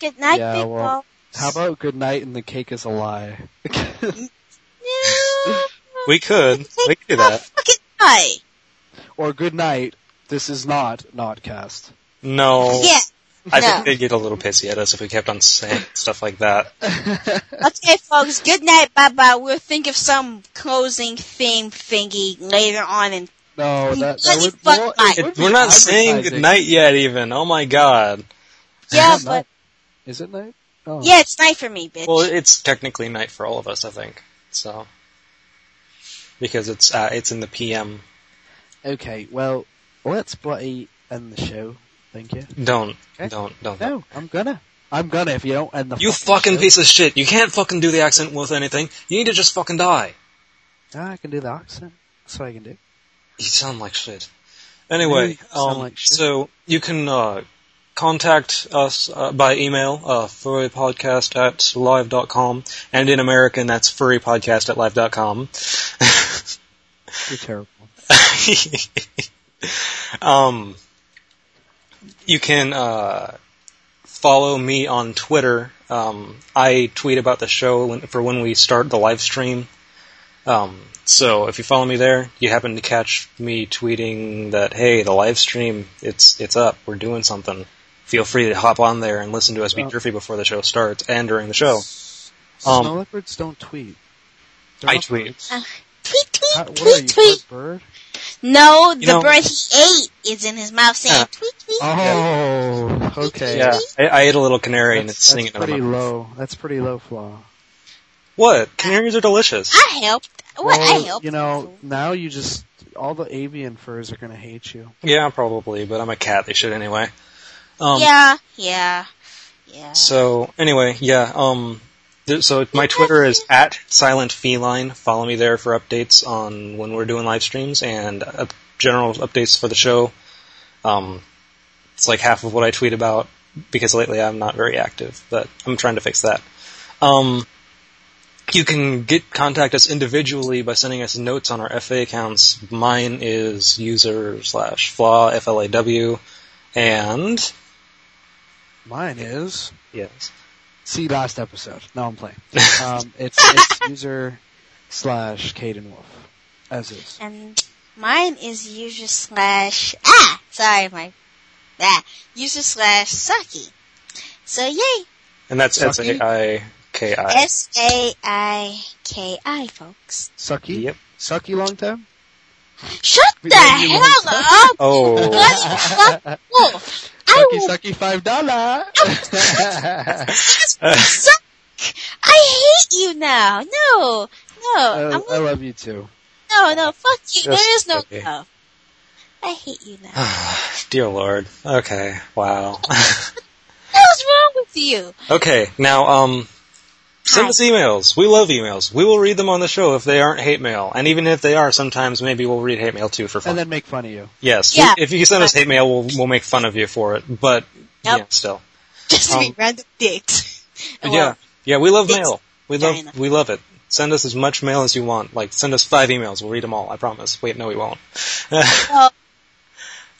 S2: Good night,
S3: Yeah,
S2: Big
S3: well-
S2: Ball.
S3: How about good night and the cake is a lie?
S2: No.
S1: We could. We could do
S2: Oh,
S1: that.
S2: fucking night.
S3: or good night, this is not Notcast.
S1: No.
S3: Oh.
S2: Yeah.
S1: I
S2: no.
S1: think they'd get a little pissy at us if we kept on saying stuff like that.
S2: Okay, folks. Good night. Bye bye. We'll think of some closing theme thingy later on. And
S3: No,
S2: You
S3: that, that
S2: bloody
S3: would,
S2: fuck
S3: well, it
S2: Mike.
S3: would
S1: It,
S3: be
S1: we're not saying
S3: advertising.
S1: good night yet even. Oh my god.
S2: yeah,
S3: Is it
S2: but
S3: night? Is it night? Oh.
S2: yeah, it's night for me, bitch.
S1: Well, it's technically night for all of us, I think. So because it's uh, it's in the PM.
S3: Okay, well, let's bloody end the show. Thank you.
S1: Don't
S3: Okay.
S1: don't don't.
S3: No, I'm gonna. I'm gonna if you don't end the
S1: You fucking piece of shit. You can't fucking do the accent with anything. You need to just fucking die.
S3: show. Ah, I can do the accent. That's what I can do.
S1: You sound like shit. Anyway,
S3: You sound
S1: um,
S3: like shit.
S1: so you can uh, contact us uh, by email, uh, furrypodcast at live.com, and in American, that's furrypodcast at live.com.
S3: You're terrible.
S1: um, you can uh, follow me on Twitter. Um, I tweet about the show when, for when we start the live stream. Um, so if you follow me there, you happen to catch me tweeting that hey, the live stream it's it's up. We're doing something. Feel free to hop on there and listen to us be
S3: Oh.
S1: goofy before the show starts and during the show. Um,
S3: Snow leopards don't tweet. They're
S1: I
S3: not
S1: tweet.
S3: birds.
S2: tweet,
S3: How-
S2: tweet,
S3: what are you,
S2: tweet, tweet.
S3: part bird?
S2: No, the
S1: know-
S2: bird he ate is in his mouth saying
S3: Uh-huh.
S1: Yeah.
S2: tweet, tweet.
S3: Oh, okay.
S1: Yeah, I, I ate a little canary and
S3: That's-
S1: it's singing.
S3: that's
S1: in my
S3: pretty
S1: mouth.
S3: low. That's pretty low flaw.
S1: What? Canaries are delicious.
S2: I helped. What? Oh, I
S3: Well,
S2: helped.
S3: you know, now you just all the avian furs are gonna hate you.
S1: Yeah, probably, but I'm a cat. They should anyway. Um,
S2: yeah, yeah, yeah.
S1: So anyway, yeah. Um, Th- So my Twitter is at Silent Feline. Follow me there for updates on when we're doing live streams and uh, general updates for the show. Um, it's like half of what I tweet about because lately I'm not very active, but I'm trying to fix that. Um, you can get contact us individually by sending us notes on our FA accounts. Mine is user slash flaw f l a w, and
S3: Mine is
S1: yes,
S3: see last episode. No, I'm playing. Um, it's, it's user slash Caden Wolf, as is.
S2: And mine is user slash ah sorry my ah user slash Saki. So yay
S1: and that's S
S3: Sucky?
S1: a i k i.
S2: S A I K I folks.
S3: Sucky.
S1: Yep.
S3: Sucky long time.
S2: Shut
S3: We
S2: the
S3: love you,
S2: hell up!
S1: Oh.
S2: Bloody fuck wolf! I
S3: Sucky
S2: will
S3: sucky five dollar.
S2: suck! I hate you now. No,
S1: Uh,
S2: no,
S3: I,
S2: I'm
S3: I love you too.
S2: no, no. Fuck you. There is
S1: Just
S2: no
S1: uh, okay.
S2: no. I hate you now.
S1: Dear Lord. Okay. Wow.
S2: What is wrong with you?
S1: okay. Now, um, send
S2: Hi.
S1: us emails. We love emails. We will read them on the show if they aren't hate mail, and even if they are, sometimes maybe we'll read hate mail too for fun.
S3: And then make fun of you.
S1: yes.
S2: Yeah.
S1: If you send us hate mail, we'll we'll make fun of you for it. But
S2: Yep.
S1: yeah, still.
S2: Just
S1: Um,
S2: be random dicks. Well,
S1: yeah, yeah, we love
S2: it's
S1: mail. We
S2: China.
S1: love we love it. Send us as much mail as you want. Like send us five emails. We'll read them all. I promise. Wait, no, we won't.
S2: Well,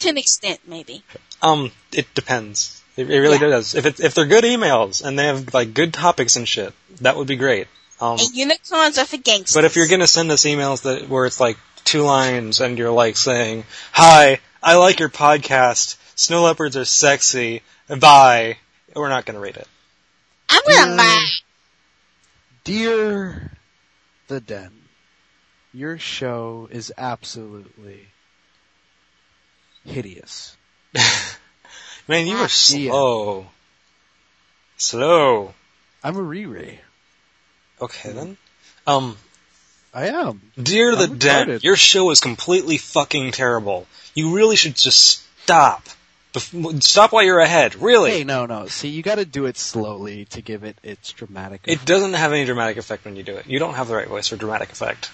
S2: to an extent, maybe.
S1: um, it depends. It, it really
S2: Yeah.
S1: does. If it, if they're good emails and they have like good topics and shit, that would be great. Um,
S2: And unicorns are for gangsters.
S1: but if you're gonna send us emails that where it's like two lines and you're like saying, "Hi, I like your podcast. Snow leopards are sexy. Bye." We're not gonna read it.
S2: I'm gonna
S3: Yeah.
S2: lie.
S3: Dear the Den, your show is absolutely hideous.
S1: Man, you
S2: Ah,
S1: are slow. Slow.
S3: I'm a Riri.
S1: Okay then. Um,
S3: I am.
S1: dear the
S3: I'm
S1: den,
S3: retarded.
S1: your show is completely fucking terrible. You really should just stop. Bef- stop while you're ahead. Really.
S3: Hey, no, no. See, you got to do it slowly to give it its dramatic.
S1: It doesn't have any dramatic effect when you do it. You don't have the right voice for dramatic effect.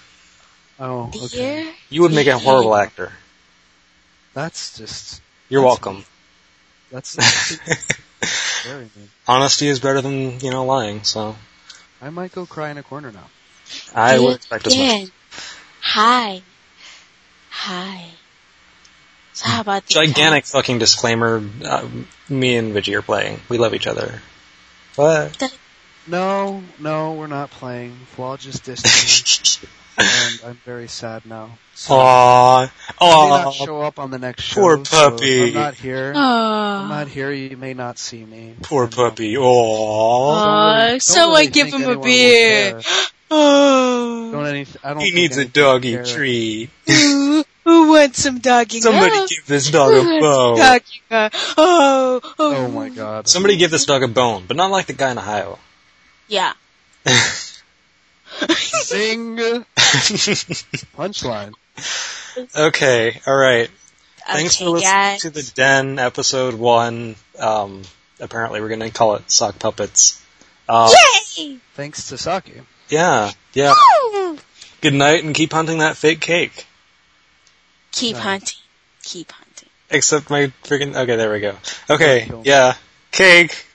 S3: Oh, okay.
S2: Dear,
S1: You would make a horrible actor.
S3: That's just.
S1: You're
S3: That's-
S1: welcome.
S3: That's. that's very mean.
S1: Honesty is better than you know lying. So
S3: I might go cry in a corner now.
S1: I
S2: dear
S1: would expect as much.
S2: Dan. Hi. Hi. So how about the
S1: Gigantic fucking disclaimer. Uh, me and Vijay are playing. We love each other. What?
S3: No, no, we're not playing. Flaw just dissed me, and I'm very sad now. So
S1: Aww.
S3: I may
S1: Aww.
S3: not show up on the next show.
S1: poor
S3: so
S1: puppy.
S3: I'm not here.
S2: Oh.
S3: I'm not here. You may not see me.
S1: Poor
S3: And, um,
S1: puppy. Aww.
S3: don't really-
S2: Aw,
S3: don't
S2: someone
S3: really
S2: give
S3: think
S2: him a
S3: anyone will
S2: beer.
S3: care. Don't
S2: Oh.
S3: any, I don't
S1: He
S3: think
S1: needs a
S3: anyone
S1: doggy
S3: will care.
S1: treat.
S2: Who, who wants some doggy
S1: Somebody
S2: love?
S1: give this dog
S2: Who
S1: a
S2: wants
S1: bone.
S2: doggy love? Oh, oh.
S3: Oh my god.
S1: Somebody give this dog a bone, but not like the guy in Ohio.
S2: Yeah.
S3: Sing punchline.
S1: okay, alright. Thanks
S2: okay,
S1: for listening
S2: guys.
S1: to the Den episode one. Um, apparently we're gonna call it Sock Puppets. Um,
S2: Yay!
S3: Thanks to Saki.
S1: yeah, yeah.
S2: Woo!
S1: Good night and keep hunting that fake cake.
S2: Keep
S3: Nice.
S2: hunting. Keep hunting.
S1: Except my freaking, okay, there we go. Okay,
S3: Don't kill me.
S1: yeah. Cake!